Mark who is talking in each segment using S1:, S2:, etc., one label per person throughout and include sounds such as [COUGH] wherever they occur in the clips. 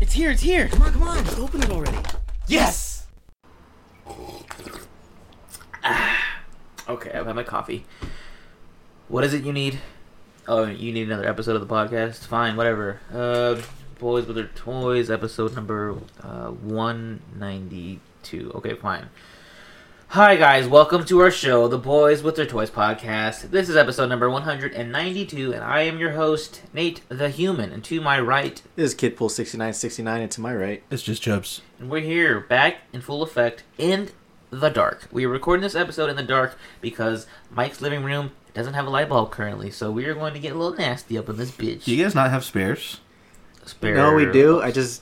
S1: It's here, it's here.
S2: Come on, come on. Just open it already.
S1: Yes! Ah, okay, I've had my coffee. What is it you need? Oh, you need another episode of the podcast? Fine, whatever. Uh, Boys with Their Toys, episode number uh, 192. Okay, fine. Hi, guys. Welcome to our show, the Boys with Their Toys podcast. This is episode number 192, and I am your host, Nate the Human. And to my right,
S2: This is Kid Pool 6969, and to my right.
S3: It's just Chubbs.
S1: And we're here, back in full effect, in the dark. We are recording this episode in the dark because Mike's living room doesn't have a light bulb currently, so we are going to get a little nasty up in this bitch.
S3: Do you guys not have spares?
S1: Spare
S2: No, we do. I just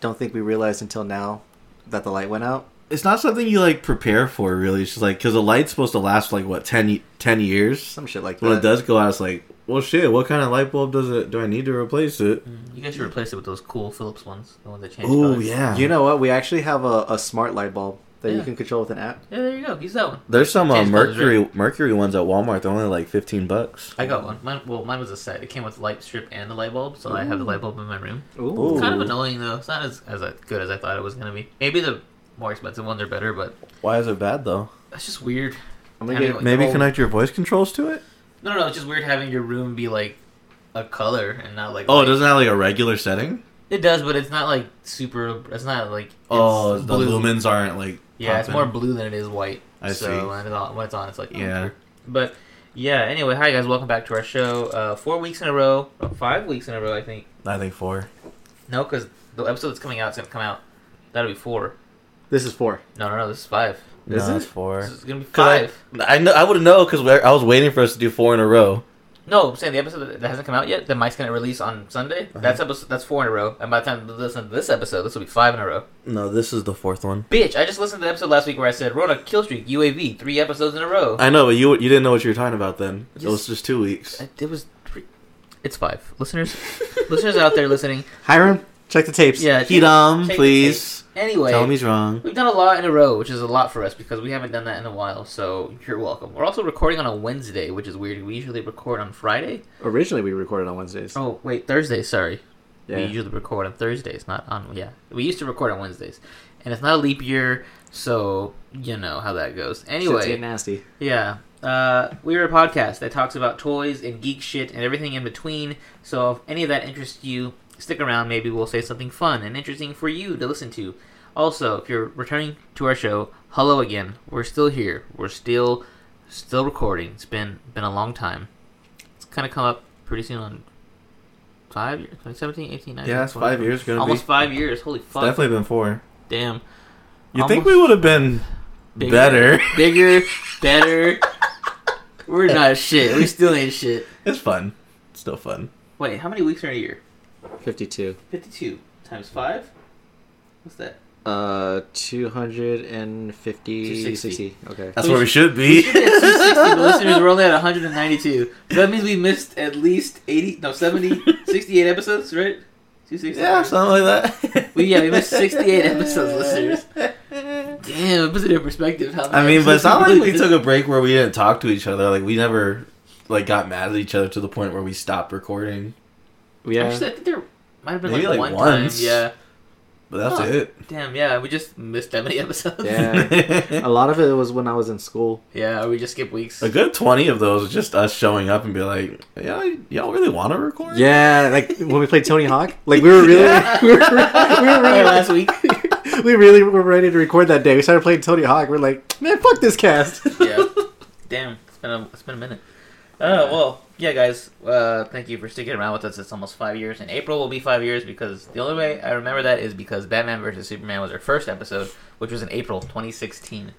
S2: don't think we realized until now that the light went out.
S3: It's not something you like prepare for, really. It's just like because the light's supposed to last like what 10, y- 10 years.
S2: Some shit like that.
S3: when it does go out, it's like, well, shit. What kind of light bulb does it? Do I need to replace it?
S1: You guys should replace it with those cool Phillips ones, the ones that change
S3: Oh
S1: colors.
S3: yeah.
S2: You know what? We actually have a, a smart light bulb that you
S1: Yeah.
S2: can control with an app.
S1: Yeah, there you go. Use that one.
S3: there's some uh,
S1: Change colors,
S3: mercury mercury ones at Walmart. They're only like fifteen bucks.
S1: I got one. Mine, well, mine was a set. It came with the light strip and the light bulb, so I have the light bulb in my room.
S2: Ooh.
S3: Ooh.
S1: Kind of annoying though. It's not as as uh, good as I thought it was gonna be. Maybe the more expensive ones are better, but
S3: Why is it bad though?
S1: that's just weird.
S2: I'm gonna
S1: Anyway,
S2: get-
S1: Like,
S3: Maybe
S2: oh,
S3: connect your voice controls to it.
S1: No, no, no. It's just weird having your room be like a color and not like.
S3: Oh, it
S1: light.
S3: doesn't have like a regular setting.
S1: It does, but it's not like super. It's not like it's
S3: Oh, the
S1: blue.
S3: lumens aren't like.
S1: Yeah, it's
S3: popping.
S1: more blue than it is white.
S3: I
S1: so
S3: see.
S1: When, it's on, when it's on, it's like
S3: Yeah.
S1: But yeah. Anyway, hi guys, welcome back to our show. Uh, four weeks in a row, oh, five weeks in a row, I think.
S3: I think four.
S1: No, because the episode that's coming out is gonna come out. That'll be four.
S2: This
S1: [LAUGHS]
S2: is four.
S1: No, no, no. This is five.
S2: Is
S3: no,
S2: it?
S3: it's four?
S1: This is gonna be
S3: 'Cause I-
S1: five.
S3: I, know. I would know because I was waiting for us to do four in a row.
S1: No, I'm saying the episode that- that hasn't come out yet, that Mike's gonna release on Sunday.
S3: Uh-huh.
S1: That's episode. That's four in a row. And by the time you listen to this episode, this will be five in a row.
S3: No, this is the fourth one.
S1: Bitch, I just listened to the episode last week where I said Rona Killstreak UAV three episodes in a row.
S3: I know, but you you didn't know what you were talking about then. It
S1: Yes.
S3: was just two weeks.
S1: I- It was. Three. It's five listeners. listeners out there listening.
S2: Hiram, check the tapes.
S1: Yeah,
S3: Heat um,
S1: take the
S3: please.
S1: Anyway,
S3: Tell him he's wrong.
S1: we've done a lot in a row, which is a lot for us because we haven't done that in a while. So you're welcome. We're also recording on a Wednesday, which is weird. We usually record on Friday.
S2: Originally, we recorded on Wednesdays.
S1: Oh wait, Thursday. Sorry. We
S2: yeah.
S1: usually record on Thursdays, not on. Yeah, we used to record on Wednesdays, and it's not a leap year, so you know how that goes.
S2: Shit's
S1: Anyway,
S2: getting nasty.
S1: Yeah. Uh, we are a podcast that talks about toys and geek shit and everything in between. So if any of that interests you, stick around. Maybe we'll say something fun and interesting for you to listen to. Also, if you're returning to our show, hello again. We're still here. We're still still recording. It's been been a long time. It's kind of come up pretty soon on five years, 17, 18, 19,
S3: Yeah, it's
S1: 20.
S3: five years gonna
S1: Almost
S3: be.
S1: five years. Holy fuck!
S3: Definitely been four.
S1: Damn.
S3: You think
S1: Almost-
S3: we would have been
S1: Bigger.
S3: better? [LAUGHS]
S1: bigger, better. We're not shit. We still ain't shit.
S3: it's fun. It's still fun.
S1: Wait, how many weeks are in a year?
S2: 52.
S1: 52 times 5? What's that?
S2: Uh, 250.
S1: 260.
S2: Okay.
S3: That's
S1: We
S3: where we should be.
S1: Yeah, 260, but listeners, we're only at 192. So that means we missed at least 80, no, 70, 68 episodes, right? 260?
S3: [LAUGHS] yeah, something like that.
S1: We- yeah, we missed 68 episodes, listeners. Damn, it puts it in perspective. How
S3: I mean, but it's not
S1: [LAUGHS]
S3: like we took a break where we didn't talk to each other. Like we never like got mad at each other to the point where we stopped recording.
S2: Yeah.
S1: Actually, I think there might have been
S3: Maybe,
S1: like,
S3: like,
S1: one
S3: once.
S1: time. Yeah.
S3: But that's
S1: Huh.
S3: it.
S1: Damn, yeah, we just missed that many [LAUGHS] episodes.
S2: Yeah.
S3: [LAUGHS]
S2: a lot of it was when I was in school.
S1: Yeah, we just skip weeks.
S3: A good twenty of those is just us showing up and be like, "Yeah, y'all really want to record?"
S2: Yeah, like when we played Tony Hawk, like we were really, [LAUGHS]
S3: Yeah.
S2: we, were, we were
S1: Right,
S2: really,
S1: last week. [LAUGHS]
S2: [LAUGHS] we really were ready to record that day. We started playing Tony Hawk. We're like, man, fuck this
S3: [LAUGHS]
S2: cast.
S1: yeah. Damn, it's been a it's been a minute. Uh, well, yeah, guys. Uh, thank you for sticking around with us. It's almost five years, and April will be five years because the only way I remember that is because Batman vs Superman was our first episode, which was in April 2016.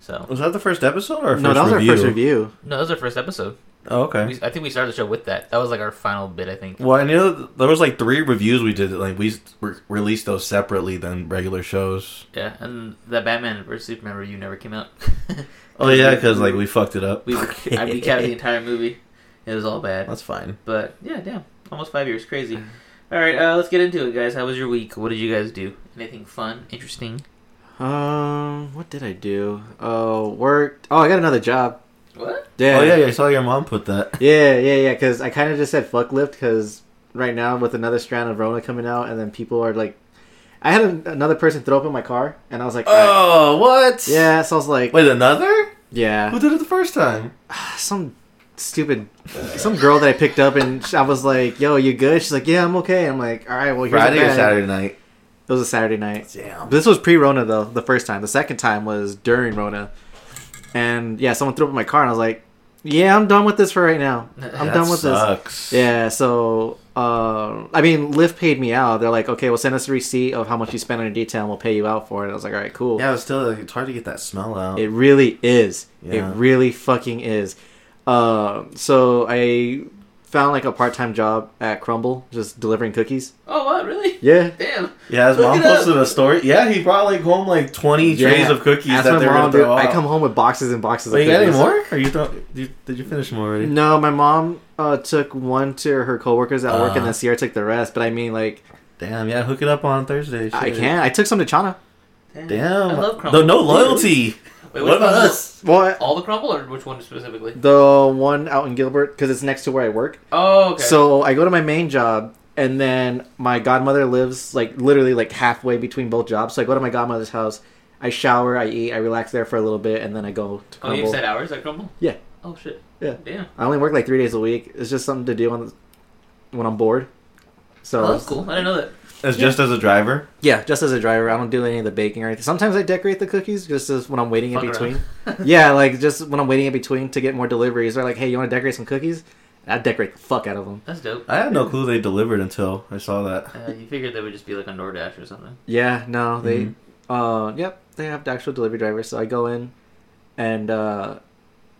S1: So
S3: Was that the first episode or
S2: No, that was our first review.
S1: no, that was our first episode.
S3: Oh, okay.
S1: We, I think we started the show with that. That was like our final bit. I think.
S3: Well, I knew th- there was like three reviews we did. Like we s- re- released those separately than regular shows.
S1: Yeah, and the Batman vs Superman review never came out. [LAUGHS]
S3: Oh yeah, because like we fucked it up.
S1: we I
S3: [LAUGHS]
S1: recapped the entire movie. It was all bad.
S3: That's fine.
S1: But yeah, damn, almost five years, crazy. All right, uh, let's get into it, guys. How was your week? What did you guys do? Anything fun, interesting?
S2: Um, what did I do? Oh, worked. Oh, I got another job.
S1: What?
S2: Yeah,
S3: Oh yeah, yeah, I saw your mom put that.
S2: yeah, yeah, yeah. Because I kind of just said fuck lift because right now with another strand of Rona coming out, and then people are like I had an another person throw up in my car, and I was like, "Alright."
S3: Oh, what?
S2: yeah. So I was like,
S3: Wait, another?
S2: yeah,
S3: Who did it the first time?
S2: some stupid, some girl that I picked up, and sh- I was like, yo, you good? She's like, yeah, I'm okay. I'm like, all right, well, here's
S3: Friday
S2: a
S3: or
S2: bag."
S3: Saturday night?
S2: It was a Saturday night.
S3: Damn.
S2: This was pre Rona though, the first time. The second time was during Rona. And yeah, someone threw up in my car and I was like, Yeah, I'm done with this for right now. I'm
S3: That
S2: done with this.
S3: sucks.
S2: Yeah, so uh, I mean Lyft paid me out. They're like, Okay, well send us a receipt of how much you spent on your detail and we'll pay you out for it. I was like, Alright, cool.
S3: Yeah, it's still like, it's hard to get that smell out.
S2: It really is.
S3: Yeah.
S2: It really fucking is. Uh, so I found like a part time job at Crumble, just delivering cookies.
S1: Oh, what? Really? [LAUGHS]
S2: Yeah.
S1: Damn.
S3: yeah, his
S1: Look
S3: mom
S1: it up.
S3: posted a story. Yeah, he brought like home like twenty trays
S2: Yeah.
S3: of cookies
S2: Ask
S3: that
S2: my
S3: they're
S2: mom,
S3: gonna
S2: dude.
S3: throw out.
S2: I come home with boxes and boxes
S3: Wait,
S2: of
S3: you got
S2: cookies.
S3: any more? Are you throw? Did, did you finish them already?
S2: No, my mom uh, took one to her coworkers at work,
S3: Uh.
S2: and then Sierra took the rest. But I mean, like,
S3: Damn, yeah, hook it up on Thursday. Shit.
S2: I can. I took some to Chana.
S1: Damn.
S3: Damn,
S1: I love crumble.
S3: no, no loyalty.
S1: Wait,
S3: what
S1: which
S3: about
S1: one-
S3: us?
S2: Well,
S1: All the crumble, or which one specifically?
S2: the one out in Gilbert because it's next to where I work.
S1: Oh, okay.
S2: So I go to my main job, and then my godmother lives like literally like halfway between both jobs. So I go to my godmother's house. I shower, I eat, I relax there for a little bit, and then I go to
S1: oh, you
S2: Crumble.
S1: said hours at crumble?
S2: Yeah.
S1: Oh shit.
S2: Yeah.
S1: Damn.
S2: I only work like three days a week. It's just something to do on when I'm bored. So
S1: Oh, that's cool. I didn't know that.
S3: As just as a driver,
S2: Yeah, just as a driver, I don't do any of the baking or anything. Sometimes I decorate the cookies just as when I'm waiting in
S1: Fuck
S2: between.
S1: [LAUGHS] around.
S2: yeah, like just when I'm waiting in between to get more deliveries. They're like, "Hey, you want to decorate some cookies?" I decorate the fuck out of them.
S1: That's dope.
S3: I had no clue they delivered until I saw that.
S1: Uh, you figured that would just be like on DoorDash or something.
S2: Yeah, no, they,
S3: Mhm.
S1: Mm-hmm.
S2: uh, yep, they have the actual delivery drivers. So I go in, and uh,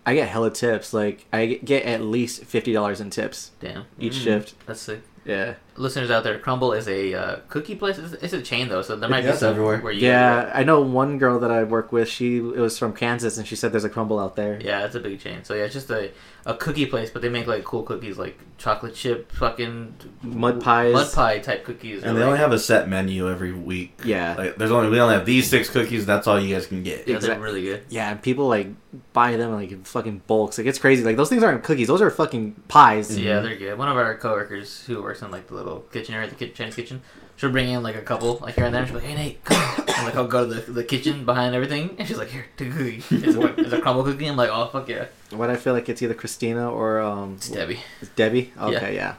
S2: I get hella tips. Like I get at least fifty dollars in tips
S1: Damn.
S2: each
S3: Mm.
S2: shift.
S1: That's sick.
S2: Yeah,
S1: Listeners out there, Crumble is a uh, cookie place. It's, it's a chain though, so there might
S3: Yeah,
S1: be
S3: it's
S1: some
S3: everywhere.
S1: Where you
S2: yeah. I know one girl that I work with. She it was from Kansas, and she said there's a crumble out there.
S1: Yeah, it's a big chain. So yeah, it's just a, a cookie place, but they make like cool cookies, like chocolate chip, fucking
S2: Mud pies.
S1: mud pie type cookies.
S3: And
S1: or,
S3: they
S1: like-
S3: only have a set menu every week.
S2: Yeah.
S3: Like, there's only we only have these six cookies. That's all you guys can get.
S1: yeah, they're
S2: exact-
S1: really good.
S2: Yeah, and people like buy them like in fucking bulks. Like it's crazy. Like those things aren't cookies; those are fucking pies.
S1: Yeah, they're good. One of our coworkers who works in like the little kitchen area, the ki- Chinese kitchen, she'll bring in like a couple like here and there. And she'll be like, "Hey, Nate, come!" I'm like, "I'll go to the, the kitchen behind everything," and she's like, "Here, take a cookie. It's a, it's a crumble cookie." I'm like, "Oh fuck yeah,
S2: What I feel like it's either Christina or um
S1: it's Debbie."
S2: it's Debbie. Okay, yeah.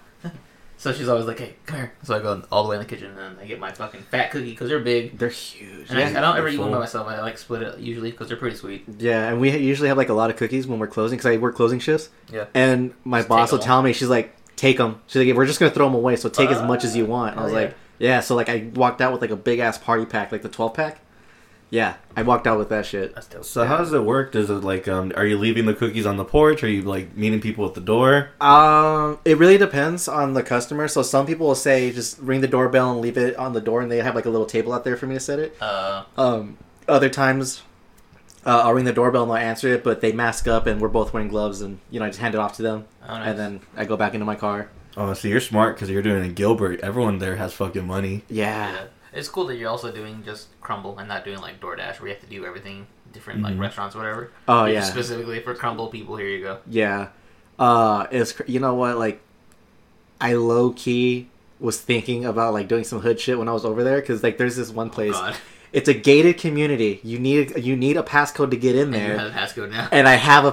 S1: So she's always like, "Hey, come here." So I go all the way in the kitchen and I get my fucking fat cookie because they're big.
S2: They're huge.
S1: And I, I
S2: Yeah.
S1: don't ever
S3: they're
S1: eat one
S3: full.
S1: by myself. I like split it usually because they're pretty sweet.
S2: yeah, and we usually have like a lot of cookies when we're closing because I work closing shifts.
S1: Yeah.
S2: And my
S1: Just
S2: boss
S1: take
S2: will
S1: them
S2: tell me she's like, "Take them." She's like, "We're just gonna throw them away, so take as much as you want." And I was
S1: Oh, yeah.
S2: like, "Yeah." So like I walked out with like a big ass party pack, like the twelve pack. Yeah, I walked out with that shit.
S1: That's dope.
S3: So how does it work? Does it like um? Are you leaving the cookies on the porch? Are you like meeting people at the door?
S2: Um, it really depends on the customer. So some people will say just ring the doorbell and leave it on the door, and they have like a little table out there for me to set it.
S1: Uh,
S2: Um, other times, uh, I'll ring the doorbell and they'll answer it, but they mask up and we're both wearing gloves, and you know I just hand it off to them,
S1: I don't know.
S2: and then I go back into my car.
S3: Oh, so you're smart because you're doing it in Gilbert. Everyone there has fucking money.
S2: Yeah,
S1: yeah. It's cool that you're also doing just crumble and not doing like DoorDash where you have to do everything different like
S3: Mhm.
S1: restaurants or whatever.
S2: Mm-hmm. Oh,
S1: You're
S2: yeah.
S1: just Specifically for crumble people, here you go.
S2: yeah. Uh, it's cr- you know what like, I low key was thinking about like doing some hood shit when I was over there because like there's this one place.
S1: Oh, God. [LAUGHS]
S2: It's a gated community. You need you need a passcode to get
S1: And
S2: in
S1: you
S2: there.
S1: have a passcode
S2: [LAUGHS]
S1: now.
S2: and I have a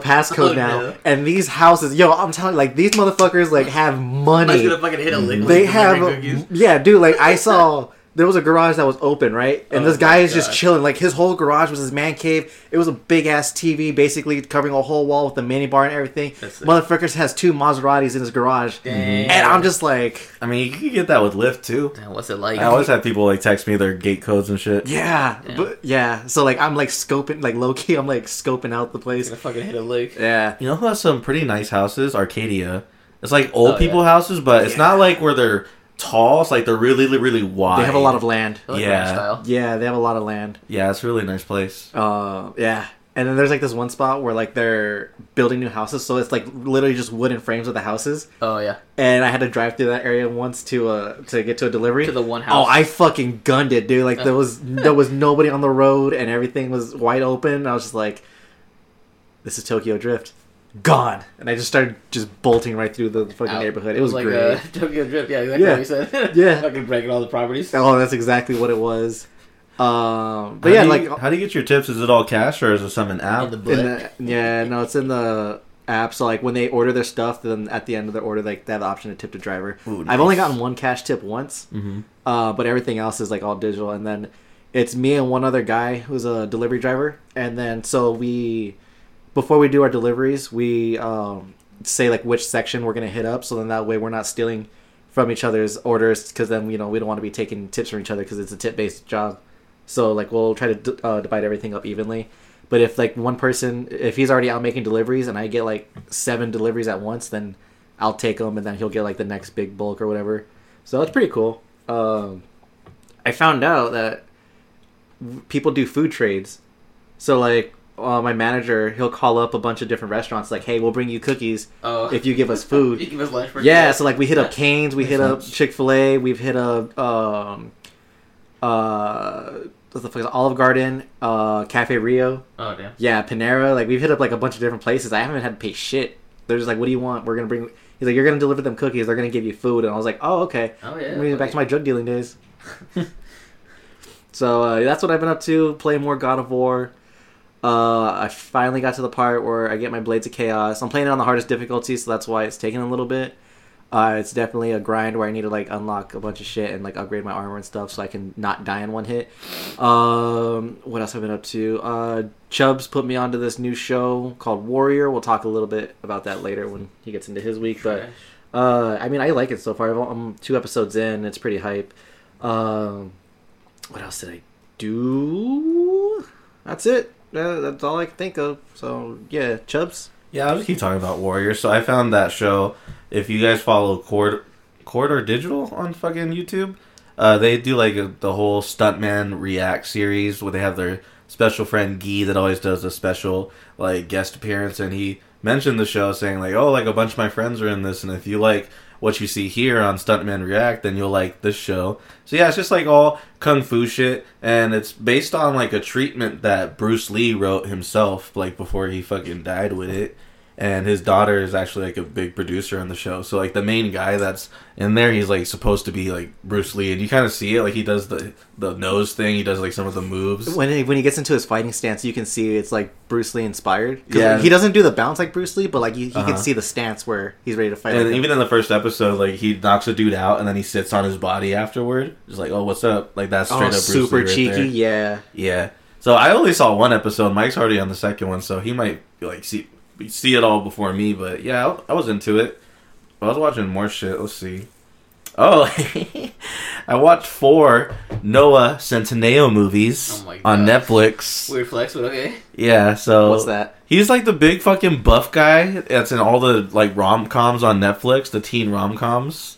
S1: [LAUGHS]
S2: passcode
S1: Oh,
S2: now.
S1: no.
S2: And these houses, yo, I'm telling you, like these motherfuckers like have
S1: I'm just
S2: money.
S1: gonna fucking hit a lick. with
S2: Mm-hmm. They
S1: the
S2: have, Mm-hmm.
S1: cookies.
S2: yeah, dude. Like
S1: [LAUGHS]
S2: I saw there was a garage that was open, right? And
S1: Oh
S2: this guy
S1: my
S2: is just
S1: God.
S2: chilling. Like his whole garage was his man cave. It was a big ass TV, basically covering a whole wall with a mini bar and everything.
S1: That's it.
S2: Motherfuckers has two Maseratis in his garage,
S1: Damn.
S2: and I'm just like,
S3: I mean, you can get that with Lyft too.
S1: Damn, what's it like?
S3: I always have people like text me their gate codes and shit.
S2: yeah,
S1: Damn.
S2: but yeah. So like I'm like scoping, like low key, I'm like scoping out the
S1: I'm
S2: place.
S1: gonna fucking hit a lick.
S2: Yeah,
S3: You know who has some pretty nice houses? Arcadia. It's like old
S1: Oh,
S3: people
S1: yeah.
S3: houses, but it's
S2: Yeah.
S3: not like where they're tall. It's like they're really, really, really wide.
S2: they have a lot of land.
S1: I like
S3: Yeah.
S1: ranch style.
S2: Yeah, they have a lot of land.
S3: Yeah, it's a really nice place.
S2: Uh, yeah. And then there's like this one spot where like they're building new houses, so it's like literally just wooden frames of the houses.
S1: Oh yeah.
S2: And I had to drive through that area once to uh to get to a delivery.
S1: To the one
S2: Oh,
S1: house.
S2: I fucking gunned it, dude! Like
S1: [LAUGHS]
S2: there was there was nobody on the road, and everything was wide open. I was just like, "This is Tokyo Drift." gone, and I just started just bolting right through the fucking
S1: Out.
S2: neighborhood. It was
S1: like
S2: great.
S1: uh, [LAUGHS] Tokyo Drift. Yeah, exactly
S2: Yeah.
S1: what you said. [LAUGHS]
S2: Yeah.
S1: fucking breaking all the properties.
S2: Oh, that's exactly what it was. Um, but
S3: How
S2: yeah,
S3: do
S2: like
S3: you, how do you get your tips? Is it all cash or is it some an app?
S1: In the
S2: in
S1: book.
S2: the, yeah, no, it's in the app. So like when they order their stuff, then at the end of their order, like they have the option to tip the driver.
S3: Ooh, nice.
S2: I've only gotten one cash tip once,
S3: Mhm.
S2: uh, but everything else is like all digital. And then it's me and one other guy who's a delivery driver. And then so we, before we do our deliveries, we um, say like which section we're gonna hit up. So then that way we're not stealing from each other's orders because then you know we don't want to be taking tips from each other because it's a tip based job. So like we'll try to d- uh, divide everything up evenly. But if like one person, if he's already out making deliveries and I get like seven deliveries at once, then I'll take them and then he'll get like the next big bulk or whatever. So that's pretty cool. Um, I found out that w- people do food trades. So like uh, my manager, he'll call up a bunch of different restaurants like, "Hey, we'll bring you cookies
S1: Oh,
S2: if you give us food."
S1: you [LAUGHS] give us lunch. for
S2: Yeah,
S1: dinner.
S2: so like we hit up Canes, we
S3: Makes
S2: hit up
S3: sense.
S2: Chick Fil A, we've hit up um, uh, what the fuck is it? Olive Garden, uh, Cafe Rio,
S1: Oh damn.
S2: yeah, Panera. Like we've hit up like a bunch of different places. I haven't had to pay shit. They're just like, "What do you want? We're gonna bring." He's like, "You're gonna deliver them cookies. They're gonna give you food." And I was like, "Oh, okay."
S1: Oh yeah.
S2: I'm gonna get back to my drug dealing days. so uh, that's what I've been up to. Play more God of War. Uh, I finally got to the part where I get my Blades of Chaos. I'm playing it on the hardest difficulty, so that's why it's taking a little bit. Uh, it's definitely a grind where I need to like unlock a bunch of shit and like upgrade my armor and stuff so I can not die in one hit. Um, what else have I been up to? Uh, Chubbs put me onto this new show called Warrior. We'll talk a little bit about that later when he gets into his week, but
S1: Trash.
S2: uh, I mean, I like it so far. I've- I'm two episodes in. It's pretty hype. Um, what else did I do? That's it. Uh, that's all I can think of. So yeah, Chubs.
S3: Yeah, I'll just keep talking about Warriors. So I found that show. If you guys follow Cord Corridor Digital on fucking YouTube, uh, they do like a, the whole stuntman react series where they have their special friend Gee that always does a special like guest appearance, and he mentioned the show saying like, "Oh, like a bunch of my friends are in this, and if you like." What you see here on Stuntman React, then you'll like this show. So yeah, it's just like all kung fu shit, and it's based on like a treatment that Bruce Lee wrote himself, like before he fucking died with it and his daughter is actually like a big producer on the show. So like the main guy that's in there, he's like supposed to be like Bruce Lee, and you kind of see it. Like he does the the nose thing, he does like some of the moves.
S2: When he, when he gets into his fighting stance, you can see it's like Bruce Lee inspired. 'Cause, like,
S3: Yeah.
S2: he doesn't do the bounce like Bruce Lee, but like you, he
S3: Uh-huh.
S2: can see the stance where he's ready to fight.
S3: And
S2: like him.
S3: even in the first episode, like he knocks a dude out, and then he sits on his body afterward. Just like, oh, what's up? Like that's straight
S2: oh,
S3: up Bruce
S2: super
S3: Lee right
S2: cheeky.
S3: there.
S2: Yeah,
S3: Yeah. So I only saw one episode. Mike's already on the second one, so he might like see see it all before me. But yeah, I, I was into it. I was watching more shit. Let's see. Oh, [LAUGHS] I watched four Noah Centineo movies
S1: Oh my
S3: on
S1: God.
S3: Netflix.
S1: Weird flex, but okay.
S3: Yeah, so
S2: what's that?
S3: He's like the big fucking buff guy that's in all the like rom coms on Netflix, the teen rom coms.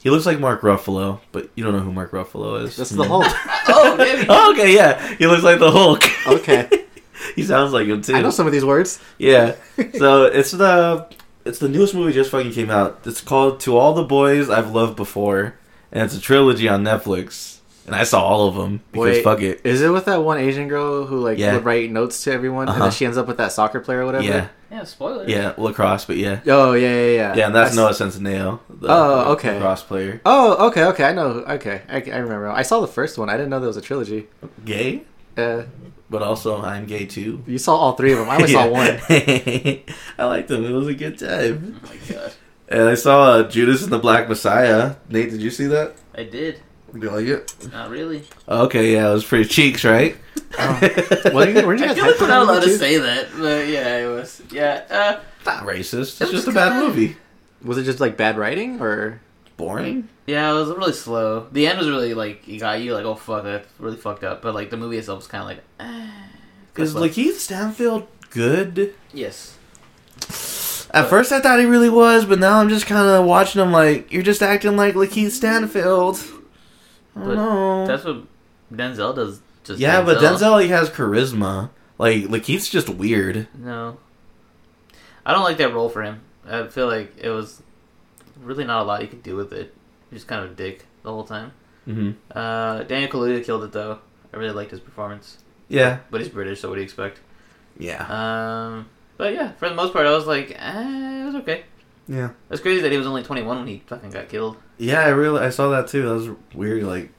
S3: He looks like Mark Ruffalo, but you don't know who Mark Ruffalo is. Mm-hmm. [LAUGHS]
S2: That's the Hulk.
S1: oh [LAUGHS] damn it.
S3: Oh, okay, yeah. He looks like the Hulk.
S2: Okay.
S3: [LAUGHS] he sounds like him too.
S2: I know some of these words. [LAUGHS]
S3: Yeah. So it's the it's the newest movie just fucking came out. It's called To All the Boys I've Loved Before, and it's a trilogy on Netflix. And I saw all of them because
S2: Wait.
S3: fuck it.
S2: Is it with that one Asian girl who like
S3: Yeah.
S2: would write notes to everyone, and
S3: Uh-huh.
S2: then she ends up with that soccer player or whatever?
S3: Yeah,
S1: Yeah, spoiler.
S3: yeah, lacrosse, but yeah,
S2: Oh yeah, yeah, yeah.
S3: yeah, and that's
S2: I s-
S3: Noah Centineo, the
S2: Oh, okay.
S3: lacrosse player.
S2: Oh, okay, okay. I know. Okay, I, I remember. I saw the first one. I didn't know there was a trilogy.
S3: Gay,
S2: Uh,
S3: but also I'm gay too.
S2: you saw all three of them. I
S3: [LAUGHS]
S2: only saw one.
S3: I liked them. It was a good time.
S1: Oh my god.
S3: And I saw uh, Judas and the Black Messiah. Nate, did you see that?
S1: I did.
S3: Do you like it?
S1: Not really.
S3: Okay, yeah, it was pretty cheeks, right?
S2: Oh. What are you- were you
S1: I
S3: [LAUGHS]
S2: guys
S1: feel like we're
S2: hyped for
S1: not
S2: that
S1: allowed to
S2: too?
S1: say that, but yeah, it was. Yeah. Uh,
S3: not racist.
S1: It
S3: It's
S1: was
S3: just a
S1: good.
S3: bad movie.
S2: Was it just like bad writing, or
S3: Boring.
S1: yeah, it was really slow. The end was really like you got you like oh fuck that's really fucked up. But like the movie itself was kind of like eh.
S3: Is
S1: Good luck.
S3: Lakeith Stanfield good?
S1: yes.
S3: At first, I thought he really was, but now I'm just kind of watching him like you're just acting like Lakeith Stanfield. I don't
S1: But
S3: know.
S1: That's what Denzel does. Just
S3: yeah, but Denzel he has charisma. Like Lakeith's just weird.
S1: No, I don't like that role for him. I feel like it was really not a lot you could do with it. He was kind of a dick the whole time.
S3: Mm-hmm.
S1: Uh, Daniel Kaluuya killed it though. I really liked his performance,
S3: Yeah,
S1: but he's British, so what do you expect?
S3: yeah.
S1: Um, But yeah, for the most part, I was like, eh, it was okay.
S3: Yeah.
S1: It's crazy that he was only 21 when he fucking got killed.
S3: Yeah, I really I saw that too. That was weird. Like,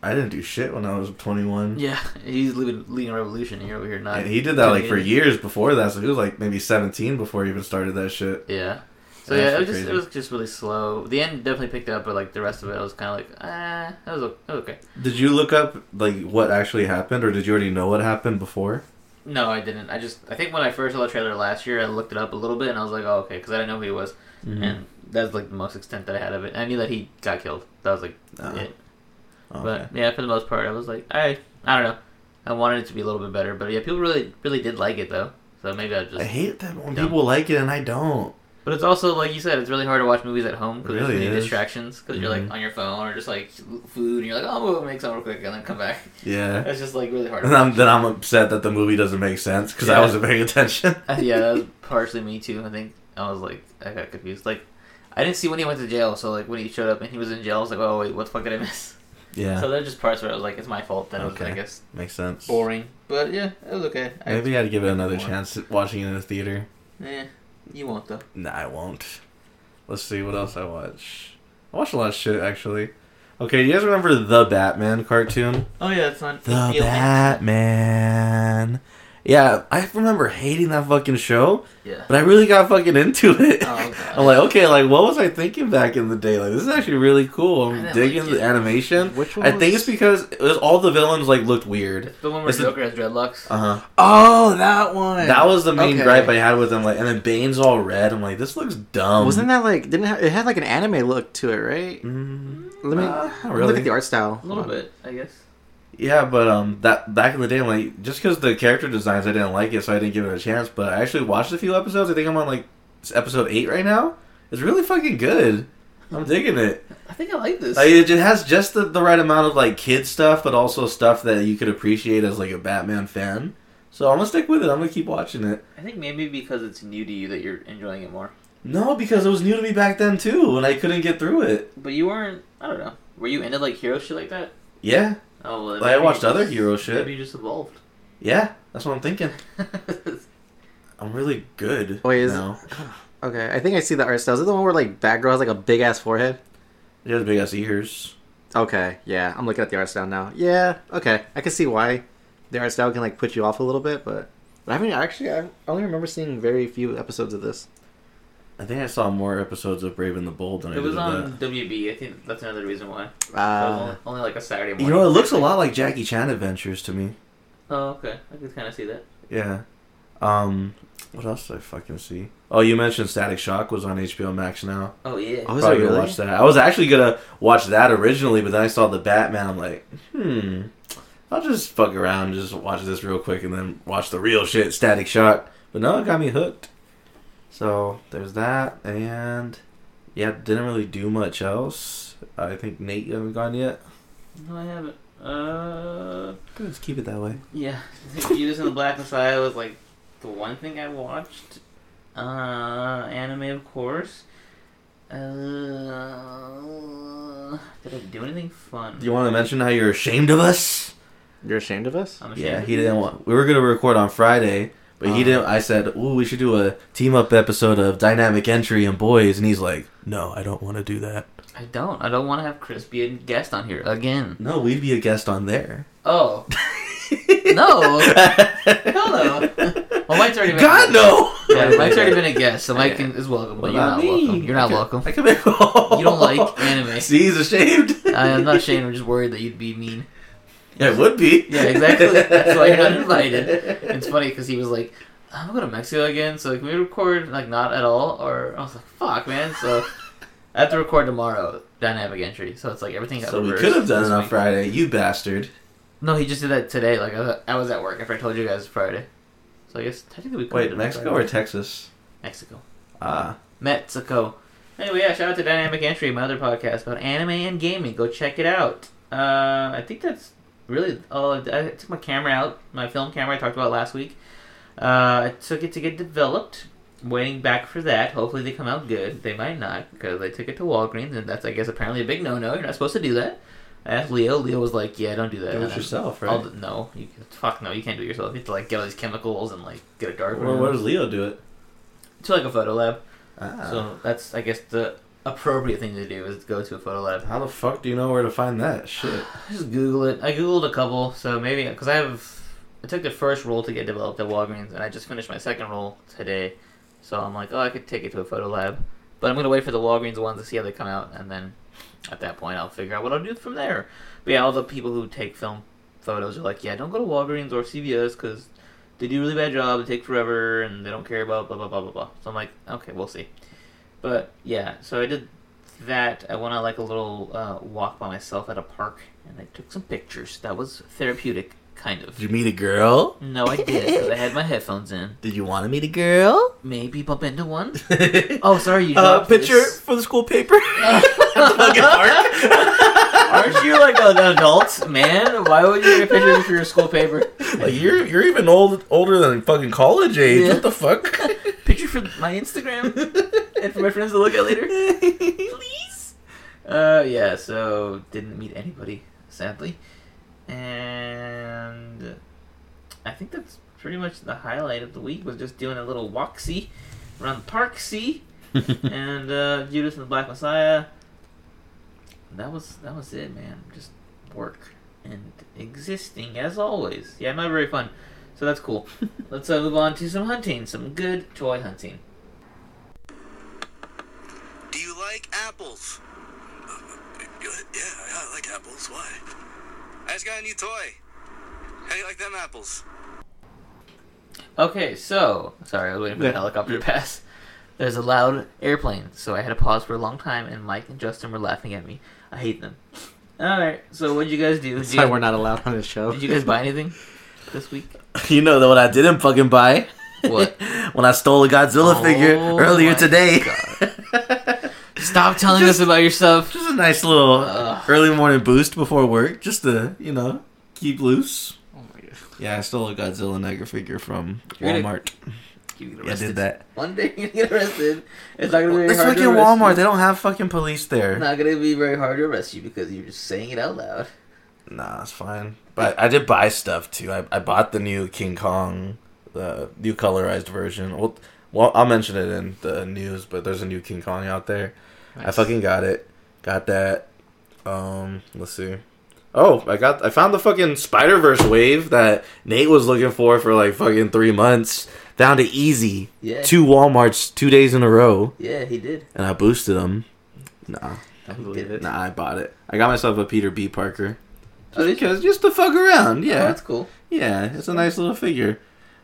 S3: I didn't do shit when I was 21.
S1: Yeah, [LAUGHS] he's leading, leading a revolution and you're over here not.
S3: And he did that like for
S1: committed.
S3: years before that, so he was like maybe 17 before he even started that shit.
S1: Yeah. So
S3: That's
S1: yeah, it was
S3: pretty
S1: just it
S3: crazy.
S1: was just really slow. The end definitely picked up, but like the rest of it, I was kind of like, ah, that was o- okay.
S3: Did you look up like what actually happened, or did you already know what happened before?
S1: No, I didn't. I just I think when I first saw the trailer last year, I looked it up a little bit and I was like, oh okay, because I didn't know who he was,
S3: Mm-hmm.
S1: and that's like the most extent that I had of it. I knew that he got killed. That was like
S3: Ah,
S1: it.
S3: okay.
S1: But yeah, for the most part, I was like, I I don't know. I wanted it to be a little bit better, but yeah, people really really did like it though. So maybe I just.
S3: I hate that when
S1: Dumb.
S3: people like it and I don't.
S1: But it's also like you said, it's really hard to watch movies at home because
S3: It
S1: there's
S3: really
S1: many
S3: is.
S1: distractions because you're like
S3: Mhm.
S1: on your phone or just like food and you're like, oh, we'll make some real quick and then come back.
S3: Yeah.
S1: That's just like really hard. to
S3: And I'm, [LAUGHS] then I'm upset that the movie doesn't make sense because I
S1: Yeah.
S3: wasn't paying attention. [LAUGHS]
S1: watch. Uh, yeah, that was partially me too. I think I was like, I got confused. Like, I didn't see when he went to jail, so like when he showed up and he was in jail, I was like, oh wait, what the fuck did I miss?
S3: Yeah,
S1: So there's just parts where I was like, it's my fault. That was,
S3: Okay.
S1: I guess,
S3: makes sense.
S1: boring. But yeah, it was okay. I,
S3: Maybe I'd give it another
S1: Boring.
S3: chance watching it in the theater.
S1: eh, you won't though.
S3: Nah, I won't. Let's see what else I watch. I watch a lot of shit actually. Okay, you guys remember the Batman cartoon?
S1: Oh yeah, it's not
S3: The
S1: Neil Max-
S3: Batman. Yeah, I remember hating that fucking show,
S1: Yeah.
S3: but I really got fucking into it.
S1: Oh, God.
S3: [LAUGHS] I'm like, okay, like what was I thinking back in the day? Like this is actually really cool.
S1: I
S3: I'm
S1: didn't
S3: digging
S1: like it.
S3: the animation.
S2: Which one?
S3: I think it's because it was, all the villains like looked weird.
S1: It's the one where
S3: It's the-
S1: Joker has dreadlocks.
S3: Uh huh.
S2: oh that one.
S3: That was the main
S2: Okay.
S3: gripe I had with him. Like, and then Bane's all red. I'm like, this looks
S1: um,
S3: dumb.
S2: Wasn't that like didn't it have, it had like an anime look to it, right?
S3: Mm,
S2: Let me
S3: uh, not
S2: look
S3: really.
S2: at the art style.
S1: A little bit, I guess.
S3: Yeah, but um, that back in the day, I'm like just because the character designs, I didn't like it, so I didn't give it a chance. But I actually watched a few episodes. I think I'm on like s- episode eight right now. It's really fucking good. I'm digging it.
S1: I think I like this.
S3: Like, it just has just the, the right amount of like kid stuff, but also stuff that you could appreciate as like a Batman fan. So I'm gonna stick with it. I'm gonna keep watching it.
S1: I think maybe because it's new to you that you're enjoying it more.
S3: No, because it was new to me back then too, and I couldn't get through it.
S1: But you weren't. I don't know. Were you into like hero shit like that?
S3: Yeah,
S1: Oh, well,
S3: Like, I
S1: maybe you
S3: watched other
S1: just-
S3: hero shit.
S1: Maybe you just evolved. [LAUGHS]
S3: yeah, that's what I'm thinking. I'm really good.
S2: Wait, is-
S3: now.
S2: Okay, I think I see the art style. Is it the one where like that girl has like a big ass forehead?
S3: He has big ass ears.
S2: Okay, yeah, I'm looking at the art style now. Yeah, okay, I can see why the art style can like put you off a little bit, but, but I mean, actually, I only remember seeing very few episodes of this.
S3: I think I saw more episodes of Brave and the Bold than I
S1: it
S3: did
S1: was
S3: of
S1: on WB. I think that's another reason why. So it was
S2: Uh,
S1: only, only like a Saturday
S3: that.
S1: morning.
S3: You know, it looks a lot like Jackie Chan Adventures to me.
S1: Oh, okay. I could kind of see that.
S3: Yeah. Um, what else did I fucking see? Oh, you mentioned Static Shock was on HBO Max now.
S1: Oh yeah.
S2: Oh, is it
S3: Probably
S2: really?
S3: gonna watch that. I was actually gonna watch that originally, but then I saw the Batman. I'm like, hmm, I'll just fuck around, and just watch this real quick, and then watch the real shit, Static Shock. But no, it got me hooked. So there's that, and yeah, didn't really do much else. I think Nate, you haven't gone yet.
S1: No, I haven't. Uh,
S3: Let's keep it that way.
S1: yeah. [LAUGHS] Judas and the Black Messiah was like the one thing I watched. Uh, anime, of course. Uh, did I do anything fun?
S3: Do you want to mention how you're ashamed of us?
S2: you're ashamed of us?
S1: I'm ashamed
S3: Yeah,
S1: of
S3: he
S1: you.
S3: didn't want. We were gonna record on Friday, but he
S2: Uh.
S3: didn't. I said, "Ooh, we should do a team up episode of Dynamic Entry and Boys," and he's like, "No, I don't want to do that.
S1: I don't. I don't want to have Chris be a guest on here
S3: [LAUGHS]
S1: again.
S3: No, we'd be a guest on there."
S1: Oh.
S3: [LAUGHS]
S1: no. Hello. Well, Mike's already been.
S3: God no.
S1: Yeah, Mike's already been a guest,
S3: [LAUGHS]
S1: so Mike
S3: Yeah.
S1: can, is welcome, but
S3: What
S1: you're not
S3: about me?
S1: welcome. You're not
S3: Okay.
S1: welcome.
S3: I can [LAUGHS] make. you
S1: You don't like anime.
S3: [LAUGHS] See, he's ashamed.
S1: I am not ashamed. I'm just worried that you'd be mean.
S3: Yeah, it would be.
S1: Yeah, exactly. That's why you're not invited.
S3: [LAUGHS]
S1: It's funny because he was like, "I'm going to Mexico again, so can we record like not at all?" Or I was like, "Fuck, man!" So I have to record tomorrow, dynamic entry. So it's like everything. got
S3: So we
S1: reversed
S3: could have done
S1: this
S3: it on
S1: week.
S3: Friday, you bastard.
S1: No, he just did that today. Like I was, I was at work after I told you guys Friday. So I guess technically we could.
S3: Wait, Mexico or Texas?
S1: Mexico?
S3: Ah,
S1: Mexico. Anyway, yeah. Shout out to Dynamic Entry, my other podcast about anime and gaming. Go check it out. Uh, I think that's really all. I, I took my camera out, my film camera I talked about last week. Uh, I took it to get developed. Waiting back for that. Hopefully they come out good. They might not because I took it to Walgreens, and that's I guess apparently a big no-no. You're not supposed to do that. I asked Leo. Leo was like, "Yeah, don't do that.
S3: Do it
S1: I-
S3: yourself,
S1: I'll
S3: right?
S1: d- no, you can, fuck no, you can't do it yourself. You have to like get all these chemicals and like get a dark
S3: Well,
S1: room
S3: where does Leo do it?
S1: to like a photo lab.
S3: Ah.
S1: So that's I guess the appropriate thing to do is go to a photo
S3: [SIGHS]
S1: lab.
S3: Ah, How the fuck do you know where to find that [SIGHS] shit?
S1: Just Google it. I googled a couple, so maybe because I have I took the first roll to get developed at Walgreens, and I just finished my second roll today. So I'm like, oh, I could take it to a photo lab, but I'm gonna wait for the Walgreens ones to see how they come out, and then at that point I'll figure out what I'll do from there. But yeah, all the people who take film photos are like, yeah, don't go to Walgreens or CVS because they do a really bad job, they take forever, and they don't care about blah blah blah blah blah. So I'm like, okay, we'll see. But yeah, so I did that. I went on like a little uh, walk by myself at a park, and I took some pictures. That was therapeutic, kind of.
S3: you meet a girl?
S1: No, I did because I had my headphones in.
S3: Did you want to meet a [LAUGHS] girl?
S1: Maybe bump into one.
S3: oh,
S1: Oh, sorry, you dropped this.
S3: for the school [LAUGHS] paper.
S2: [LAUGHS]
S1: Aren't you like an adult man? Why would you get a picture for your school paper?
S3: [LAUGHS]
S2: [LAUGHS]
S3: Like you're you're even old older than fucking college age.
S1: Yeah.
S3: What the fuck?
S1: picture for my Instagram and for my friends to look at later. Please. Uh, yeah. So didn't meet anybody, sadly, and I think that's pretty much the highlight of the week was just doing a little walk see around the park see and uh, Judas and the Black Messiah. That was that was it, man. Just work and existing as always. Yeah, not very fun. So that's cool. Let's uh, move on to some hunting, some good toy hunting.
S4: Do you like apples? Uh, yeah, yeah, I like apples. Why? I just got a new toy. How do you like them apples?
S1: Okay, so sorry, I was waiting for the
S2: Yeah.
S1: helicopter to pass. There's a loud airplane, so I had to pause for a long time, and Mike and Justin were laughing at me. I hate them. All right, so what'd you guys do? Did
S2: That's
S1: you,
S2: why we're not allowed on the show.
S1: did you guys buy anything this week?
S3: [LAUGHS] you know that what I didn't fucking [LAUGHS] buy
S1: What?
S3: when I stole a Godzilla
S1: Oh
S3: figure earlier
S1: my
S3: today.
S1: Stop telling us about your stuff.
S3: Just a nice little uh,
S1: Ugh.
S3: early morning boost before work, just to you know keep loose.
S1: Oh my god,
S3: Yeah, I stole a Godzilla Niger figure from
S1: You're gonna-
S3: Walmart.
S1: you get
S3: I
S1: arrested.
S3: did that.
S1: One day [LAUGHS] you're gonna get arrested. It's not gonna be very
S3: It's
S1: hard
S3: fucking
S1: to arrest
S3: Walmart.
S1: You.
S3: They don't have fucking police there.
S1: It's not gonna be very hard to arrest you because you're just saying it out loud.
S3: Nah, it's fine. But I did buy stuff too. I, I bought the new King Kong, the new colorized version. Well, well, I'll mention it in the news, but there's a new King Kong out there. I
S2: Nice.
S3: fucking got it. Got that. Um, let's see. Oh, I got I found the fucking Spider Verse wave that Nate was looking for for like fucking three months. Found it easy.
S1: Yeah.
S3: Two WalMarts, two days in a row,
S1: Yeah, he did.
S3: and I boosted them. Nah,
S2: I
S1: He
S2: believe
S1: did.
S2: it.
S3: nah, I bought it. I got myself a Peter B. Parker.
S1: Oh,
S3: Just
S1: did you?
S3: because, just to fuck around,
S1: Oh,
S3: yeah.
S1: that's cool.
S3: Yeah, it's a nice little figure.